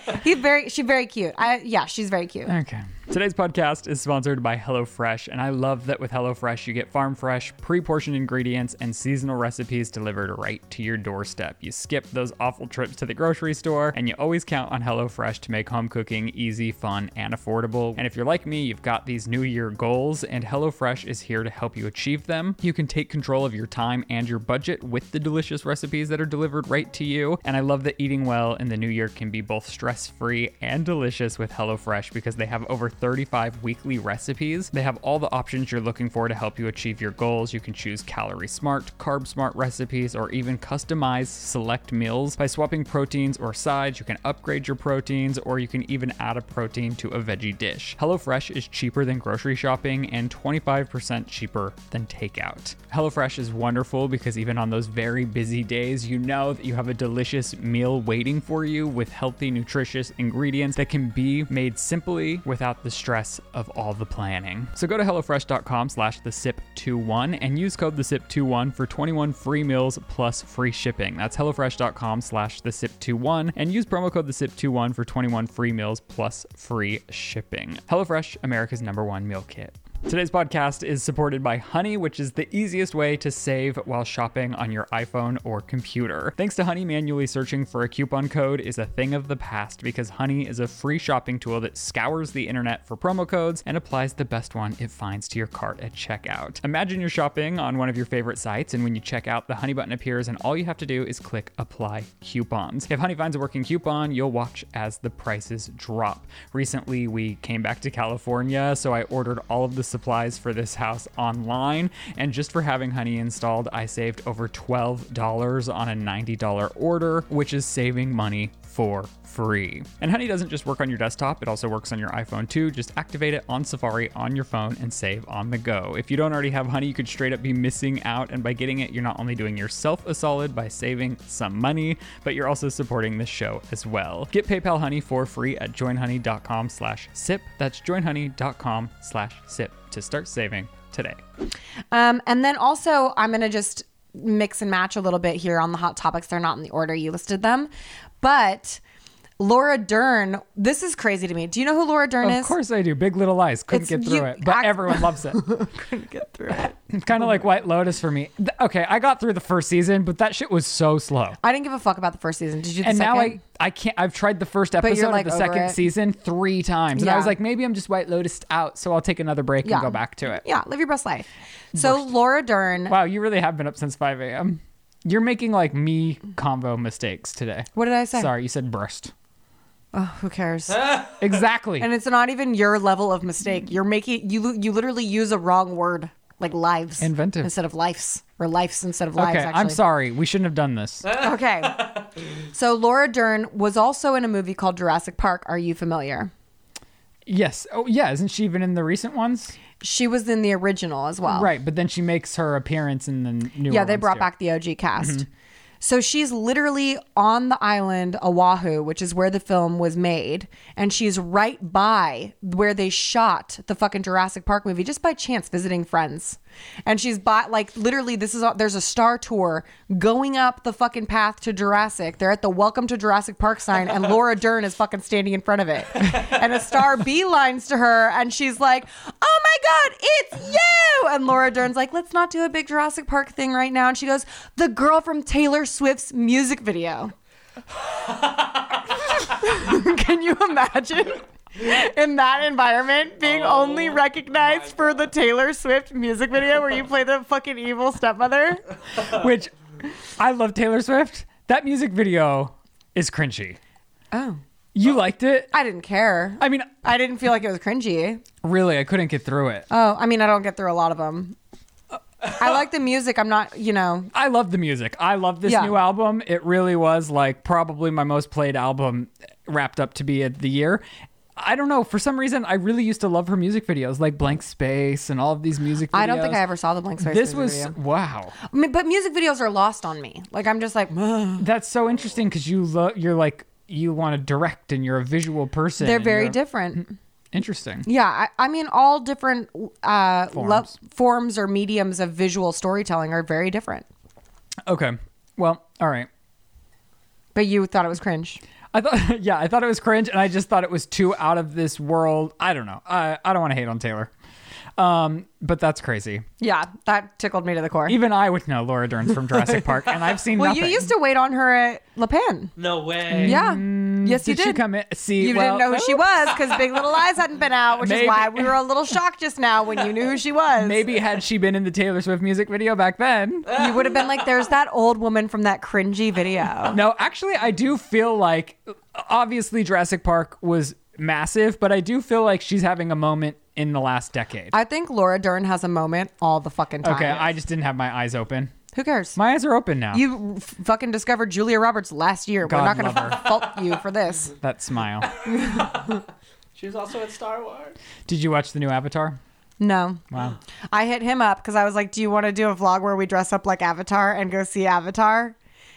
cute. He's very, she's very cute. I yeah, she's very cute. Okay. Today's podcast is sponsored by HelloFresh, and I love that with HelloFresh, you get farm fresh, pre portioned ingredients, and seasonal recipes delivered right to your doorstep. You skip those awful trips to the grocery store, and you always count on HelloFresh to make home cooking easy, fun, and affordable. And if you're like me, you've got these New Year goals, and HelloFresh is here to help you achieve them. You can take control of your time and your budget with the delicious recipes that are delivered right to you. And I love that eating well in the new year can be both stress free and delicious with HelloFresh because they have over 35 weekly recipes. They have all the options you're looking for to help you achieve your goals. You can choose calorie smart, carb smart recipes, or even customize select meals. By swapping proteins or sides, you can upgrade your proteins or you can even add a protein to a veggie dish. HelloFresh is cheaper than grocery shopping and 25% cheaper than takeout. HelloFresh is wonderful because even on those very busy days, you know that you have a delicious meal waiting for you with healthy, nutritious ingredients that can be made simply without the stress of all the planning. So go to HelloFresh.com slash the SIP21 and use code the SIP21 for 21 free meals plus free shipping. That's HelloFresh.com slash the SIP21 and use promo code the SIP21 for 21 free meals plus free shipping. HelloFresh, America's number one meal kit. Today's podcast is supported by Honey, which is the easiest way to save while shopping on your iPhone or computer. Thanks to Honey, manually searching for a coupon code is a thing of the past because Honey is a free shopping tool that scours the internet for promo codes and applies the best one it finds to your cart at checkout. Imagine you're shopping on one of your favorite sites, and when you check out, the Honey button appears, and all you have to do is click Apply Coupons. If Honey finds a working coupon, you'll watch as the prices drop. Recently, we came back to California, so I ordered all of the supplies for this house online. And just for having Honey installed, I saved over $12 on a $90 order, which is saving money for free. And Honey doesn't just work on your desktop, it also works on your iPhone too. Just activate it on Safari on your phone and save on the go. If you don't already have Honey, you could straight up be missing out. And by getting it, you're not only doing yourself a solid by saving some money, but you're also supporting the show as well. Get PayPal Honey for free at joinhoney.com slash sip. That's joinhoney.com slash sip to start saving today. Um, and then also, I'm going to just mix and match a little bit here on the hot topics. They're not in the order you listed them, but Laura Dern. This is crazy to me. Do you know who Laura Dern is? Of course I do. Big Little Lies. Couldn't It's- get through you it, but act- everyone loves it. Get through it. kind of like White Lotus for me. Th- Okay, I got through the first season, but that shit was so slow. I didn't give a fuck about the first season. Did you? The And second? now I, I can't. I've tried the first you're, episode like, of the over second it. season three times, and I was Yeah. like, maybe I'm just White Lotus out, so I'll take another break Yeah. and go back to it. Yeah, live your best life. So Laura Dern. Wow, you really have been up since 5 a.m. You're making like me convo mistakes today. What did I say? Sorry, you said burst. Who cares? Exactly. And it's not even your level of mistake. You're making you you literally use a wrong word like lives Inventive. instead of lifes or lives instead of lives. okay, actually. I'm sorry. We shouldn't have done this. Okay, so Laura Dern was also in a movie called Jurassic Park. Are you familiar? yes. Oh, yeah. Isn't she even in the recent ones? She was in the original as well. Right, but then she makes her appearance in the n- newer. Yeah, they ones, brought too. back the OG cast. So she's literally on the island Oahu, which is where the film was made, and she's right by where they shot the fucking Jurassic Park movie just by chance visiting friends. And she's by like literally this is there's a star tour going up the fucking path to Jurassic. They're at the Welcome to Jurassic Park sign and Laura Dern is fucking standing in front of it. And a star beelines to her and she's like, "Oh my god, it's you!" And Laura Dern's like, "Let's not do a big Jurassic Park thing right now." And she goes, "The girl from Taylor Swift's music video." Can you imagine? In that environment, being only recognized for the Taylor Swift music video where you play the fucking evil stepmother. Which I love Taylor Swift. That music video is cringy. Oh. You liked it? I didn't care. I mean, I didn't feel like it was cringy. really, I couldn't get through it. Oh, I mean, I don't get through a lot of them. I like the music. I'm not, you know, I love the music. I love this Yeah. new album. It really was like probably my most played album wrapped up to be of the year. I don't know. For some reason, I really used to love her music videos, like Blank Space and all of these music. videos. I don't think I ever saw the blank space. This music was video. wow. I mean, but music videos are lost on me. Like I'm just like "Ugh." That's so interesting because you lo- you're like you want to direct and you're a visual person. they're and very you're- different. Interesting. Yeah, I, I mean, all different uh, forms. Forms. forms or mediums of visual storytelling are very different. Okay. Well, all right. But you thought it was cringe. I thought, yeah, I thought it was cringe, and I just thought it was too out of this world. I don't know. I, I don't want to hate on Taylor, um, but that's crazy. Yeah, that tickled me to the core. Even I would know Laura Dern's from Jurassic Park, and I've seen well, nothing. you used to wait on her at La Pan. No way. Yeah. yes, you Mm. did did. she come in? See, you well, didn't know who she was because Big Little Lies hadn't been out, which Maybe- is why we were a little shocked just now when you knew who she was. Maybe had she been in the Taylor Swift music video back then. You would have been like, there's that old woman from that cringy video. No, actually, I do feel like obviously Jurassic Park was massive, but I do feel like she's having a moment in the last decade. I think Laura Dern has a moment all the fucking time. okay, I just didn't have my eyes open. Who cares? My eyes are open now. you f- fucking discovered Julia Roberts last year. God we're love not going to fault you for this. that smile. She was also in Star Wars. Did you watch the new Avatar? No. Wow. I hit him up because I was like, Do you want to do a vlog where we dress up like Avatar and go see Avatar?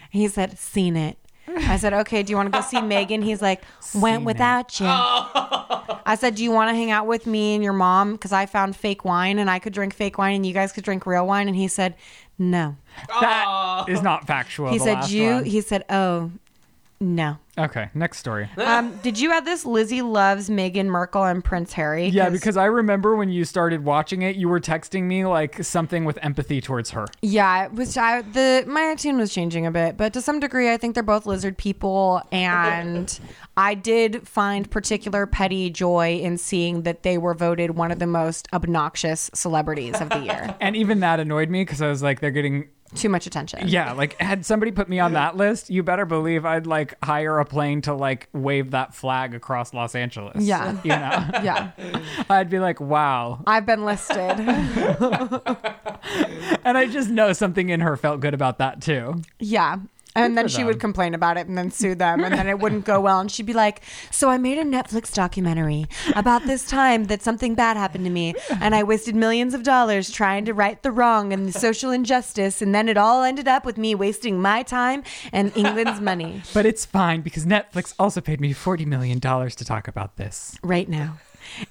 He said, Seen it. I said, Okay, do you want to go see Megan? He's like, Went Seen without you. I said, Do you want to hang out with me and your mom? Because I found fake wine and I could drink fake wine and you guys could drink real wine. And he said, No. That is not factual. He Oh, the said, last You, one. he said, Oh, no. Okay, next story. um, did you add this? Lizzie loves Meghan Merkel and Prince Harry. Yeah, because I remember when you started watching it, you were texting me like something with empathy towards her. Yeah, it was I, the my routine was changing a bit, but to some degree, I think they're both lizard people, and I did find particular petty joy in seeing that they were voted one of the most obnoxious celebrities of the year. And even that annoyed me because I was like, they're getting Too much attention. Yeah, like had somebody put me on that list, you better believe I'd like hire a plane to like wave that flag across Los Angeles. Yeah. You know, yeah, I'd be like, wow. I've been listed. And I just know something in her felt good about that too. Yeah. And then for she them. would complain about it and then sue them. And then it wouldn't go well. And she'd be like, So I made a Netflix documentary about this time that something bad happened to me. And I wasted millions of dollars trying to right the wrong and the social injustice. And then it all ended up with me wasting my time and England's money But it's fine because Netflix also paid me $40 million to talk about this. right now.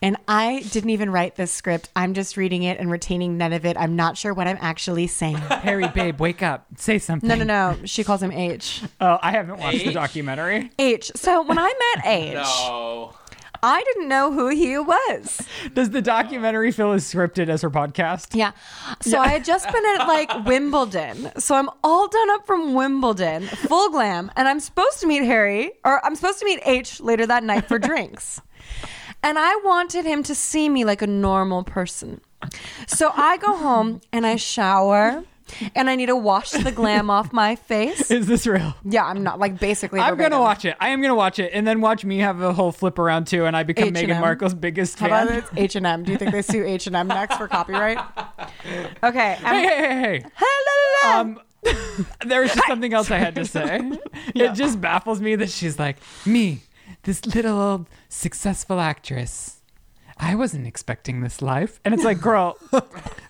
And I didn't even write this script. I'm just reading it and retaining none of it. I'm not sure what I'm actually saying. Harry, babe, wake up. Say something. No, no, no. She calls him H. Oh, I haven't watched the H? documentary. H. So when I met H, Oh. No. I didn't know who he was. Does the documentary feel as scripted as her podcast? Yeah. So I had just been at like Wimbledon. So I'm all done up from Wimbledon, full glam, and I'm supposed to meet Harry or I'm supposed to meet H later that night for drinks. And I wanted him to see me like a normal person. So I go home and I shower and I need to wash the glam off my face. Is this real? Yeah, I'm not like basically. I'm going to verbatim. watch it. I am going to watch it and then watch me have a whole flip around too and I become H&M. Meghan Markle's biggest How fan. about it's H and M? Do you think they sue H and M next for copyright? Okay. I'm- hey, hey, hey, hey. Um, there was just something else I had to say. It just baffles me that she's like, me, this little old successful actress. I wasn't expecting this life. And it's like, girl,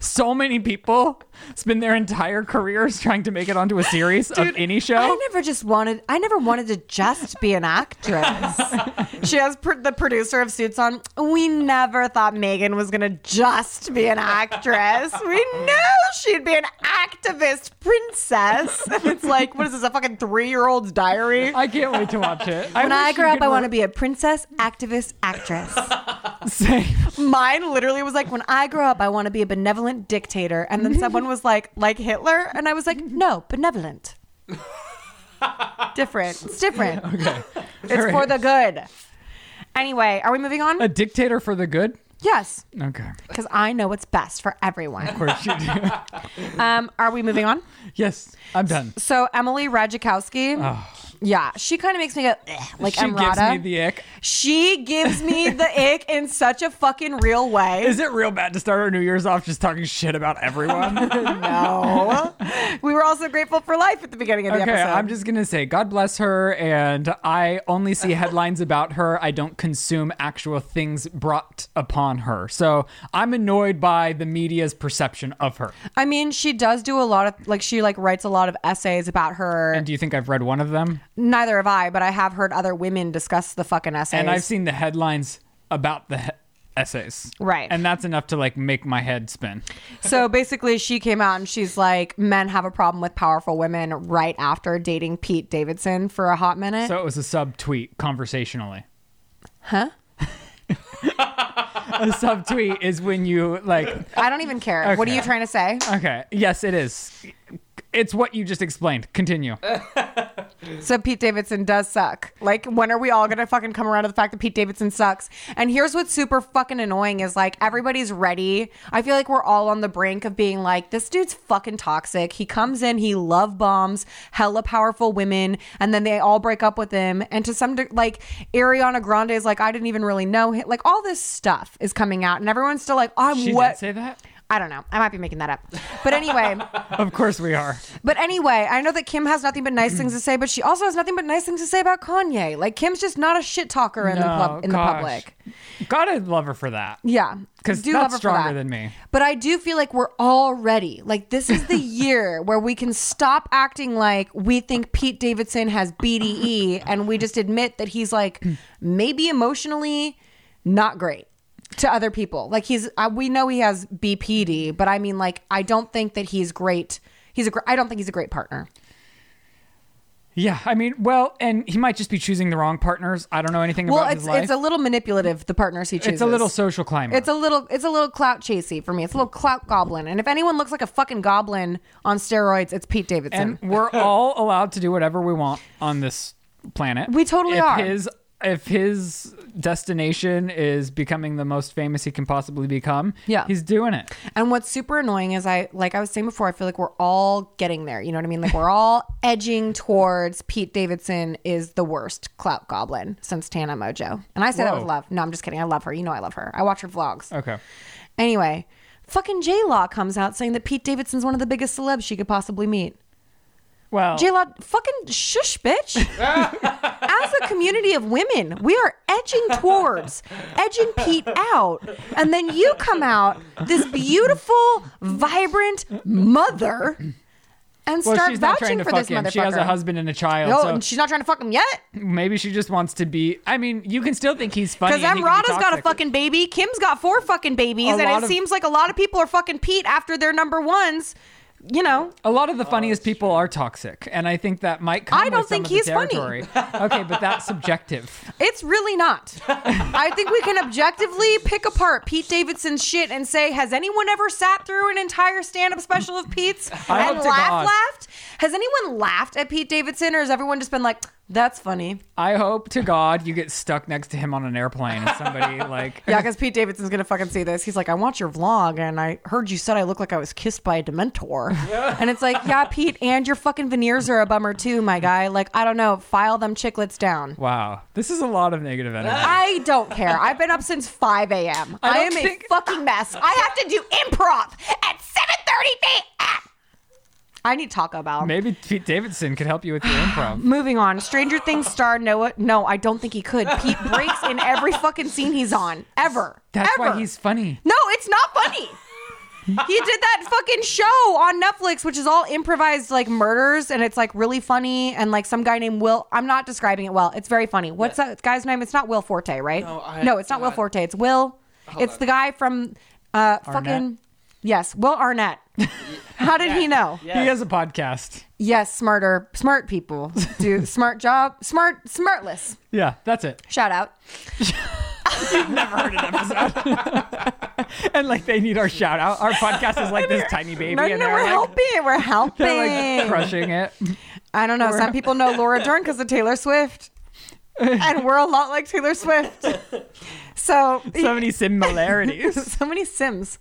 so many people spend their entire careers trying to make it onto a series of any show. I never just wanted. I never wanted to just be an actress. she has pr- the producer of Suits on. We never thought Megan was gonna just be an actress. We knew she'd be an activist princess. And it's like, what is this? A fucking three-year-old's diary. I can't wait to watch it. When I grow up, I want to be a princess, activist, actress. to say. Mine literally was like, when I grow up, I want to be a benevolent dictator. And then someone was like, like Hitler. And I was like, no, benevolent. different. It's different. Okay. It's for the good. Anyway, are we moving on? A dictator for the good? yes, Okay. because I know what's best for everyone. Of course you do. Um, are we moving on? yes, I'm done. So Emily Radzikowski, Yeah, she kind of makes me go "Ugh," like she Emrata. gives me the ick. she gives me the ick in such a fucking real way. Is it real bad to start our New Year's off just talking shit about everyone? no. we were also grateful for life at the beginning of the Okay, episode. I'm just gonna say God bless her, and I only see headlines about her. I don't consume actual things brought upon her, so I'm annoyed by the media's perception of her. I mean, she does do a lot of like she like writes a lot of essays about her. And do you think I've read one of them? Neither have I, but I have heard other women discuss the fucking essays. And I've seen the headlines about the he- essays, Right. And that's enough to like make my head spin. so basically, she came out and she's like, "Men have a problem with powerful women." Right after dating Pete Davidson for a hot minute. So it was a sub tweet conversationally. Huh? A sub tweet is when you like I don't even care. What are Okay. you trying to say? Okay. Yes, it is. It's what you just explained. Continue. So Pete Davidson does suck. Like, when are we all gonna fucking come around to the fact that Pete Davidson sucks? And here's what's super fucking annoying is like everybody's ready. I feel like we're all on the brink of being like, this dude's fucking toxic. He comes in, he love bombs hella powerful women, and then they all break up with him. And to some de- like Ariana Grande is like, I didn't even really know him. Like all this stuff is coming out, and everyone's still like, I'm She what? did say that? I don't know. I might be making that up. But anyway. Of course we are. But anyway, I know that Kim has nothing but nice things to say, but she also has nothing but nice things to say about Kanye. Like Kim's just not a shit talker in the pub, in the public. Oh, Gotta love her for that. Yeah, Because do love that's her for stronger that. than me. But I do feel like we're all ready. Like this is the year where we can stop acting like we think Pete Davidson has BDE, and we just admit that he's like maybe emotionally not great to other people. Like he's uh, we know he has BPD, but I mean like I don't think that he's great. He's a gr- I don't think he's a great partner. Yeah, I mean, well, and he might just be choosing the wrong partners. I don't know anything Well, about it's his life. it's a little manipulative. The partners he chooses. It's a little social climber. It's a little it's a little clout chasey for me. It's a little clout goblin. And if anyone looks like a fucking goblin on steroids, it's Pete Davidson. and we're all allowed to do whatever we want on this planet. We totally if are. His, if his destination is becoming the most famous he can possibly become, Yeah. he's doing it. And what's super annoying is I like I was saying before, I feel like we're all getting there. You know what I mean? Like we're all edging towards Pete Davidson is the worst clout goblin since Tana Mojo. And I say that with Whoa. love. No, I'm just kidding. I love her. You know I love her. I watch her vlogs. Okay. Anyway, fucking J Law comes out saying that Pete Davidson's one of the biggest celebs she could possibly meet. Well, J Law, fucking shush, bitch. As a community of women, we are edging towards, edging Pete out. And then you come out, this beautiful, vibrant mother, and well, start she's not vouching trying to for fuck this him. motherfucker. She has a husband and a child. No, so- and she's not trying to fuck him yet. Maybe she just wants to be. I mean, you can still think he's funny. Because and he can be Emrata's got a toxic. fucking baby. Kim's got four fucking babies. A and lot it of- seems like a lot of people are fucking Pete after their number ones. You know, A lot of the funniest people are toxic, and I think that might. Come I don't with some think of the he's funny. territory. okay, but that's subjective. It's really not. I think we can objectively pick apart Pete Davidson's shit and say, has anyone ever sat through an entire stand-up special of Pete's I hope and to laughed, God. laughed? Has anyone laughed at Pete Davidson, or has everyone just been like, that's funny? I hope to God you get stuck next to him on an airplane, and somebody like. Yeah, because Pete Davidson's gonna fucking see this. He's like, I watched your vlog, and I heard you said I look like I was kissed by a Dementor. and it's like, yeah, Pete, and your fucking veneers are a bummer too, my guy. Like, I don't know, file them chiclets down. Wow, this is a lot of negative energy. I don't care. I've been up since 5 a.m. I, don't am think- a fucking mess. I have to do improv at 7.30 p.m. I need Taco Bell. Maybe Pete Davidson could help you with your improv. Moving on. Stranger Things star Noah. No, I don't think he could. Pete breaks in every fucking scene he's on. Ever. That's Ever. why he's funny. No, it's not funny. he did that fucking show on Netflix, which is all improvised like murders, and it's like really funny. And like some guy named Will, I'm not describing it well. It's very funny. What's that guy's name? It's not Will Forte, right? No, I- no it's not Will God. Forte. It's Will. it's the guy from uh, fucking yes, Will Arnett. How did he know? He has a podcast. Yes, smarter, smart people do smart job, smart, smartless. Yeah, that's it. Shout out. And like they need our shout out. Our podcast is like this tiny baby, No, no, and no, they're we're like, helping. We're helping. they're like crushing it. I don't know. Some people know Laura Dern because of Taylor Swift, and we're a lot like Taylor Swift. So So many similarities. so many Sims.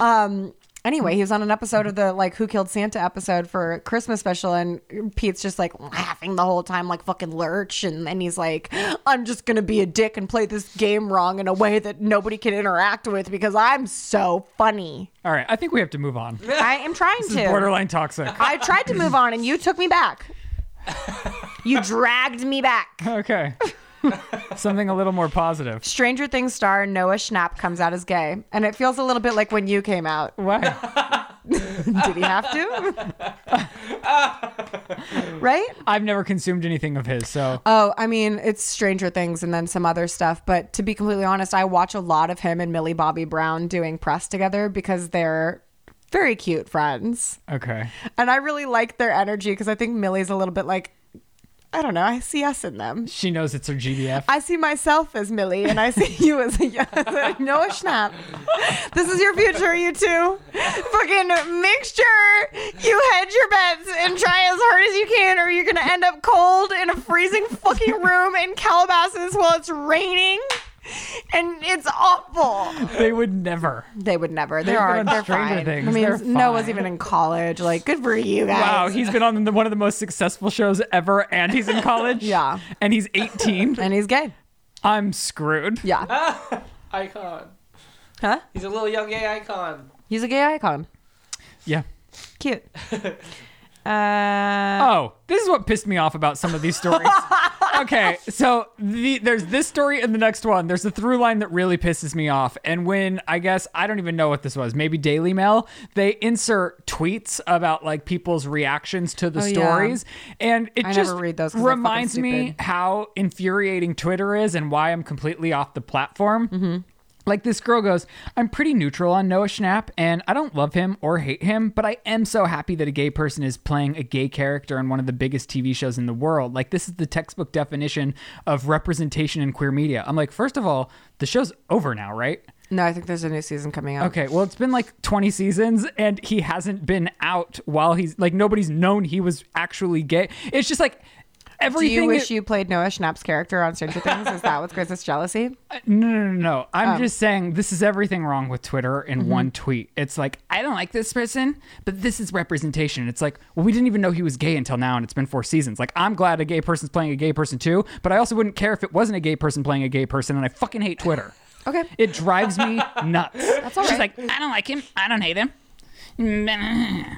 Um, Anyway, he was on an episode of the like Who Killed Santa episode for Christmas special, and Pete's just like laughing the whole time, like fucking lurch, and then he's like, "I'm just gonna be a dick and play this game wrong in a way that nobody can interact with because I'm so funny." All right, I think we have to move on. I am trying to. Borderline toxic. I tried to move on, and you took me back. you dragged me back. Okay. Something a little more positive. Stranger Things star Noah Schnapp comes out as gay, and it feels a little bit like when you came out. Why? Did he have to? right? I've never consumed anything of his, so Oh, I mean, it's Stranger Things and then some other stuff. But to be completely honest, I watch a lot of him and Millie Bobby Brown doing press together because they're very cute friends. okay. And I really like their energy because I think Millie's a little bit like, I don't know, I see us in them. She knows it's her GDF. I see myself as Millie, and I see you as a, as a Noah Schnapp. This is your future, you two. Fucking make sure you hedge your bets and try as hard as you can, or you're gonna end up cold in a freezing fucking room in Calabasas while it's raining, and it's awful. they would never. They would never. They They've are. been on They're Stranger fine. Things. I mean, They're Noah's fine. even in college. Like, good for you guys. Wow, he's been on the, one of the most successful shows ever, and he's in college. Yeah. And he's 18. And he's gay. I'm screwed. Yeah. Icon. Huh? He's a little young gay icon. He's a gay icon. Yeah. Cute. Uh, Oh, this is what pissed me off about some of these stories. okay, so the, there's this story and the next one. There's a through line that really pisses me off. And when I guess I don't even know what this was, maybe Daily Mail, they insert tweets about like people's reactions to the Oh, yeah. stories, and it I never just read those 'cause they're fucking reminds me stupid. how infuriating Twitter is and why I'm completely off the platform. Mm-hmm. Like this girl goes, I'm pretty neutral on Noah Schnapp, and I don't love him or hate him, but I am so happy that a gay person is playing a gay character on one of the biggest TV shows in the world. Like this is the textbook definition of representation in queer media. I'm like, first of all, the show's over now, right? No, I think there's a new season coming out. Okay, well, it's been like 20 seasons, and he hasn't been out while he's like nobody's known he was actually gay. It's just like Do everything. you wish that- you played Noah Schnapp's character on Stranger Things? Is that what's Chris's jealousy? No, no, no, no. Oh. I'm just saying this is everything wrong with Twitter in Mm-hmm. one tweet. It's like, I don't like this person, but this is representation. It's like, well, we didn't even know he was gay until now, and it's been four seasons. Like, I'm glad a gay person's playing a gay person too, but I also wouldn't care if it wasn't a gay person playing a gay person, and I fucking hate Twitter. Okay. It drives me nuts. That's all She's right. like, I don't like him. I don't hate him. Mm, I,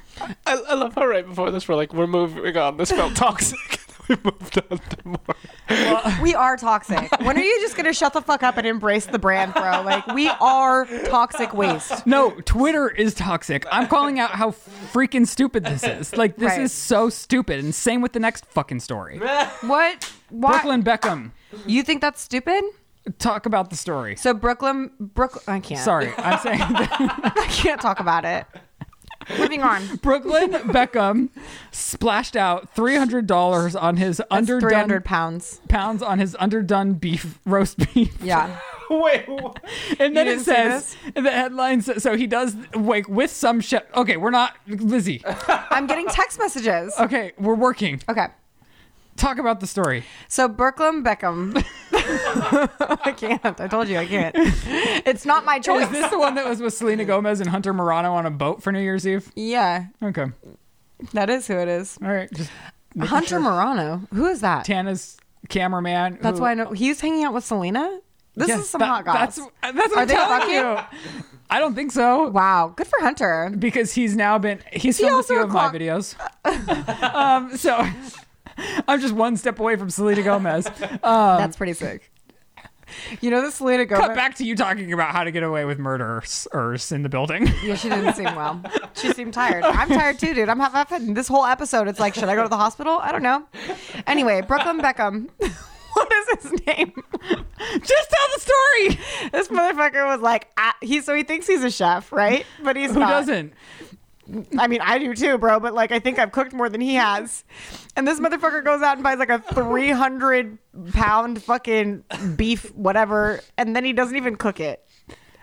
I love how right before this we're like, we're moving on. This felt toxic. we moved on to more. We are toxic. When are you just going to shut the fuck up and embrace the brand, bro? Like, we are toxic waste. No, Twitter is toxic. I'm calling out how freaking stupid this is. Like, this Right. is so stupid. And same with the next fucking story. What? Why? Brooklyn Beckham. You think that's stupid? Talk about the story. So, Brooklyn, Brook, I can't. Sorry, I'm saying I can't talk about it. Moving on. Brooklyn Beckham splashed out three hundred dollars on his That's underdone 300 pounds. pounds on his underdone beef roast beef. Yeah. Wait, what? and then You it didn't see says the headline. sa- So he does like with some shit. Okay, we're not Lizzie. I'm getting text messages. Okay, we're working. Okay. Talk about the story. So Brooklyn Beckham. I can't. I told you I can't. It's not my choice. Is this the one that was with Selena Gomez and Hunter Morano on a boat for New Year's Eve? yeah, Okay, that is who it is. all right. Just making Hunter sure. Morano. Who is that? Tana's cameraman. That's who- why I know he's hanging out with Selena. This Yes, is some that- hot goss. That's that's what Are I'm they telling fucking? you. I don't think so. wow, good for Hunter. because he's now been he's he filmed a also few a of my clock- videos. um, so I'm just one step away from Selena Gomez. that's pretty sick. You know the Selena Um, Cut Gomez. back to you talking about how to get away with murderers in the building. Yeah, she didn't seem well. She seemed tired. I'm tired too, dude. I'm half half heading. This whole episode, it's like, should I go to the hospital? I don't know. Anyway, Brooklyn Beckham. what is his name? just tell the story. this motherfucker was like, ah, he so he thinks he's a chef, right? But he's Who not. doesn't? I mean, I do too, bro. But like, I think I've cooked more than he has. And this motherfucker goes out and buys like a 300 pound fucking beef, whatever. And then he doesn't even cook it.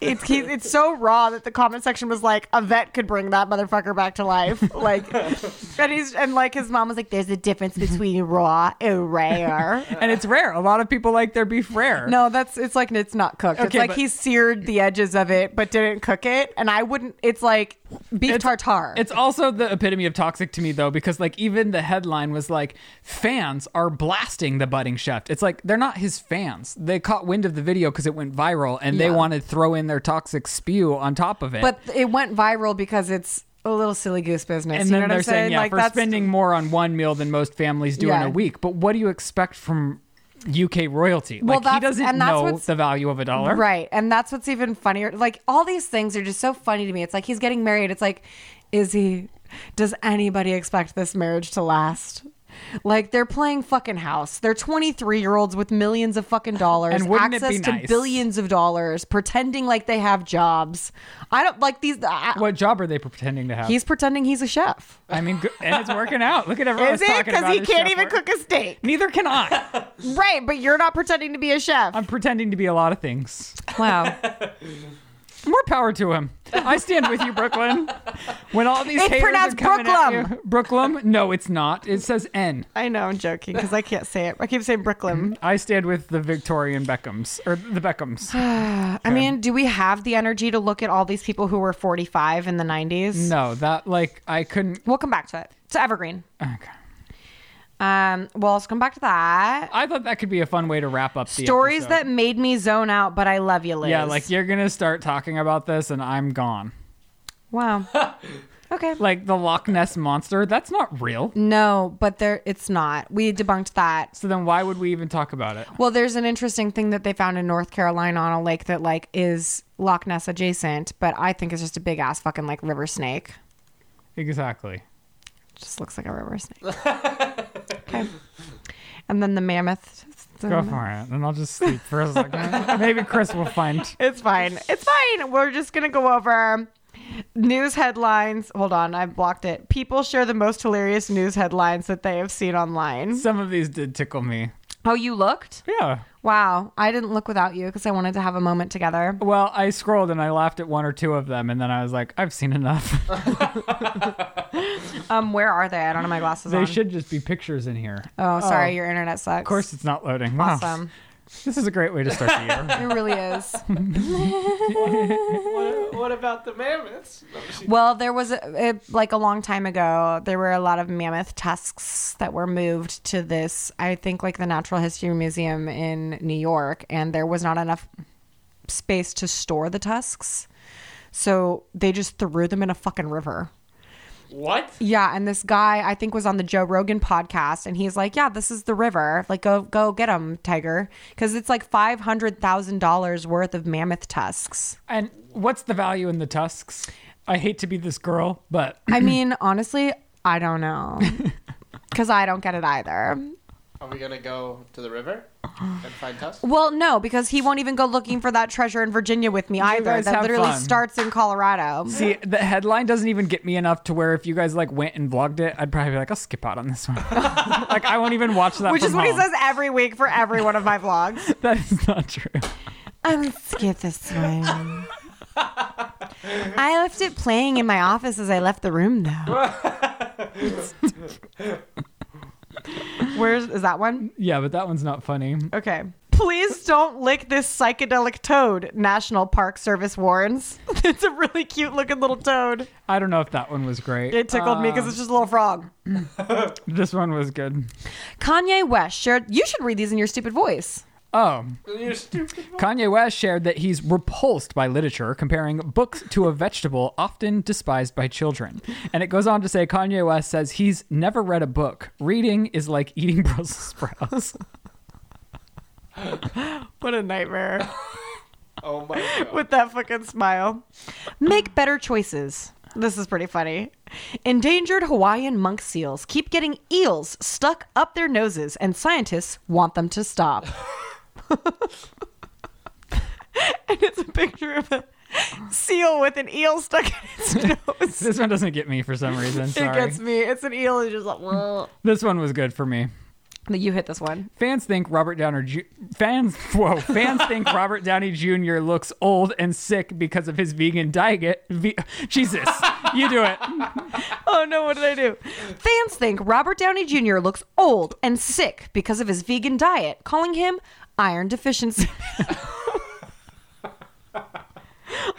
It's, he, it's so raw that the comment section was like, a vet could bring that motherfucker back to life. Like, and he's, and like his mom was like, there's a difference between raw and rare. And it's rare. A lot of people like their beef rare. No, that's it's like it's not cooked. it's Okay, like but- he seared the edges of it but didn't cook it. And I wouldn't it's like beef tartare. It's also the epitome of toxic to me though, because like even the headline was like, fans are blasting the budding chef. It's like they're not his fans. They caught wind of the video because it went viral, and they Yeah. want to throw in their toxic spew on top of it. but it went viral because it's a little silly goose business. and you then know what they're I'm saying, yeah, like we're spending more on one meal than most families do in Yeah. a week. But what do you expect from UK royalty? Well, like he that's- doesn't and that's know what's- the value of a dollar. Right. And that's what's even funnier. Like all these things are just so funny to me. It's like he's getting married. It's like, is he does anybody expect this marriage to last? Like they're playing fucking house. They're 23 year olds with millions of fucking dollars, And wouldn't it access be to nice? billions of dollars, pretending like they have jobs. I don't like these. I, What job are they pretending to have? he's pretending he's a chef. I mean, go- and it's working out. Look at everyone Is was it? talking Because about he his can't chef even work. cook a steak. Neither can I. Right. But you're not pretending to be a chef. I'm pretending to be a lot of things. wow. More power to him. I stand with you, Brooklyn. When all these It's haters pronounced are coming at you, Brooklyn. No, it's not. It says N. I know I'm joking because I can't say it. I keep saying Brooklyn. I stand with the Victorian Beckhams or the Beckhams. I mean, do we have the energy to look at all these people who were 45 in the 90s? No, that like I couldn't. We'll come back to it. It's evergreen. Okay. Um, we'll also come back to that. I thought that could be a fun way to wrap up the Stories episode. that made me zone out, but I love you, Liz. Yeah, like you're gonna start talking about this, and I'm gone. wow. okay. Like the Loch Ness monster. That's not real. No, but there it's not. We debunked that. So then why would we even talk about it? Well, there's an interesting thing that they found in North Carolina on a lake that like is Loch Ness adjacent, but I think it's just a big ass fucking like river snake. Exactly. just looks like a river snake. okay. And then the mammoth. Go Mm-hmm. for it, and I'll just sleep for a second. Maybe Chris will find. It's fine. It's fine. We're just going to go over news headlines. Hold on. I've blocked it. People share the most hilarious news headlines that they have seen online. Some of these did tickle me. Oh, you looked? Yeah. Wow. I didn't look without you because I wanted to have a moment together. Well, I scrolled and I laughed at one or two of them, and then I was like, I've seen enough. Um, where are they? I don't have my glasses they on. should just be pictures in here. Of Oh, sorry. Your internet sucks. Of course, it's not loading. Wow. Awesome. This is a great way to start the year. It really is. What, what about the mammoths? Well, there was a, a, like a long time ago, there were a lot of mammoth tusks that were moved to this, I think, like the Natural History Museum in New York, and there was not enough space to store the tusks. So they just threw them in a fucking river. What? Yeah, and this guy I think was on the Joe Rogan podcast, and he's like, "Yeah, this is the river. Like, go go get them, tiger, because it's like five hundred thousand dollars worth of mammoth tusks." And what's the value in the tusks? I hate to be this girl, but I mean, honestly, I don't know. Because I don't get it either. Are we gonna go to the river and find tusks? Well, no, because he won't even go looking for that treasure in Virginia with me either. guys That have literally fun. starts in Colorado. see, the headline doesn't even get me enough to where if you guys like went and vlogged it, I'd probably be like, I'll skip out on this one. like, I won't even watch that. Which is from what he home. says every week for every one of my vlogs. That is not true. I would skip this one. I left it playing in my office as I left the room, though. Where's is that one? Yeah, but that one's not funny. Okay. Please don't lick this psychedelic toad, National Park Service warns. It's a really cute looking little toad. I don't know if that one was great. It tickled me because it's just a little frog. this one was good. Kanye West shared, you should read these in your stupid voice. Oh, You're stupid. Kanye West shared that he's repulsed by literature comparing books to a vegetable often despised by children. And it goes on to say Kanye West says he's never read a book. Reading is like eating Brussels sprouts. What a nightmare Oh my god. with that fucking smile. Make better choices. This is pretty funny. Endangered Hawaiian monk seals keep getting eels stuck up their noses, and scientists want them to stop. and it's a picture of a seal with an eel stuck in its nose. this one doesn't get me for some reason. It Sorry. gets me. It's an eel. It's just like, "Whoa." This one was good for me. you hit this one. Fans think Robert Downer Ju- fans whoa fans think Robert Downey Jr. looks old and sick because of his vegan diet. Ve- Jesus, you do it. Oh no, what did I do? Fans think Robert Downey Jr. looks old and sick because of his vegan diet, calling him iron deficiency.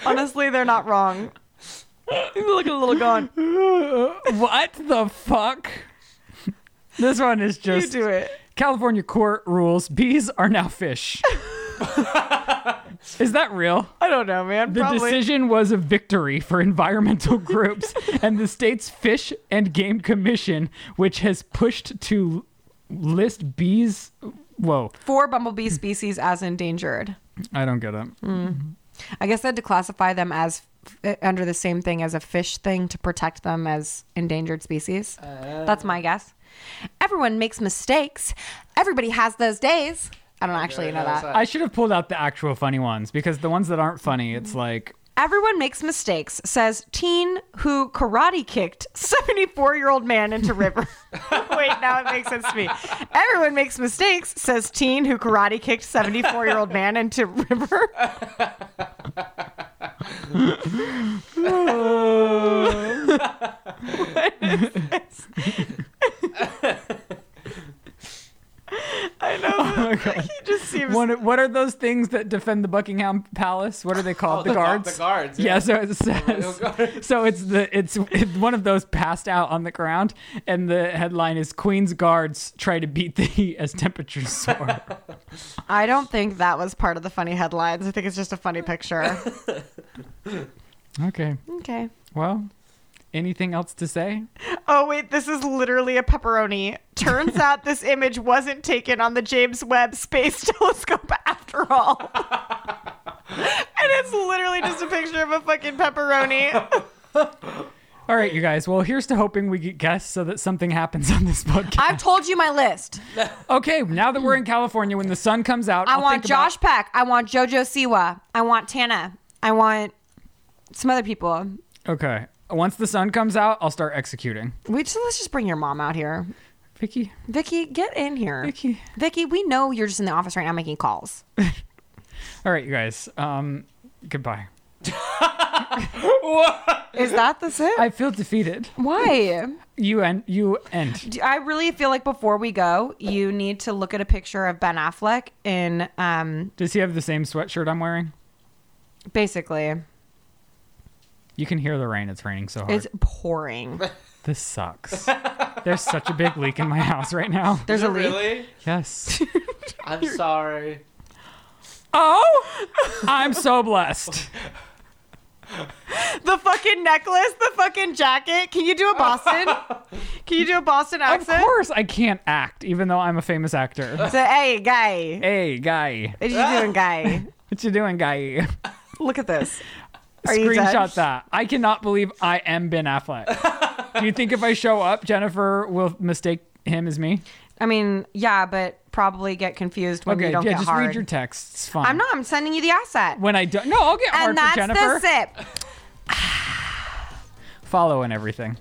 Honestly, they're not wrong. You look a little gone. what the fuck? This one is You just do it. California court rules. Bees are now fish. is that real? I don't know, man. The Probably. decision was a victory for environmental groups and the state's Fish and Game Commission, which has pushed to list bees. Whoa, Four bumblebee species as endangered. I don't get it. Mm. I guess they had to classify them as f- under the same thing as a fish thing to protect them as endangered species. That's Oh. my guess. Everyone makes mistakes. Everybody has those days. I don't actually know that. I should have pulled out the actual funny ones because the ones that aren't funny, it's like Everyone makes mistakes, says teen who karate kicked 74 year old man into river. Wait, now it makes sense to me. Everyone makes mistakes, says teen who karate kicked 74 year old man into river. What is this? I know. that Oh God. he just seems. what, what are those things that defend the Buckingham Palace? What are they called? Oh, the guards. Oh, The guards. Yeah, Oh, so it says, so it's the it's, it's one of those passed out on the ground, and the headline is Queen's guards try to beat the heat as temperatures soar. I don't think that was part of the funny headlines. I think it's just a funny picture. okay, okay. well, anything else to say? Oh wait, this is literally a pepperoni. Turns out this image wasn't taken on the James Webb Space Telescope after all. and it's literally just a picture of a fucking pepperoni. All right, you guys. Well, here's to hoping we get guests so that something happens on this podcast. I've told you my list. Okay, now that we're in California, when the sun comes out, I I'll want think about- Josh Peck. I want JoJo Siwa. I want Tana. I want some other people. okay, once the sun comes out, I'll start executing. We just let's just bring your mom out here. Vicky, Vicky, get in here. Vicky. Vicky, we know you're just in the office right now making calls. All right, you guys. Um, goodbye. Is that the it? I feel defeated. Why? You end. You end. Do- I really feel like before we go, you need to look at a picture of Ben Affleck in um Does he have the same sweatshirt I'm wearing? basically You can hear the rain. It's raining so hard. it's pouring. This sucks. There's such a big leak in my house right now. There's a leak. Really? Yes. I'm sorry. Oh, I'm so blessed. The fucking necklace, the fucking jacket. Can you do a Boston? Can you do a Boston Of accent? course, I can't act, even though I'm a famous actor. So, hey, guy. Hey, guy, What you doing, guy? what you doing, guy? Look at this. Are you Screenshot done? that. I cannot believe I am Ben Affleck. Do you think if I show up, Jennifer will mistake him as me? I mean, yeah, but probably get confused when Okay, you don't yeah, get just hard. read your text. It's fine. I'm not. I'm sending you the asset. When I do, no, I'll get hard and for that's Jennifer. the sip. Follow and everything.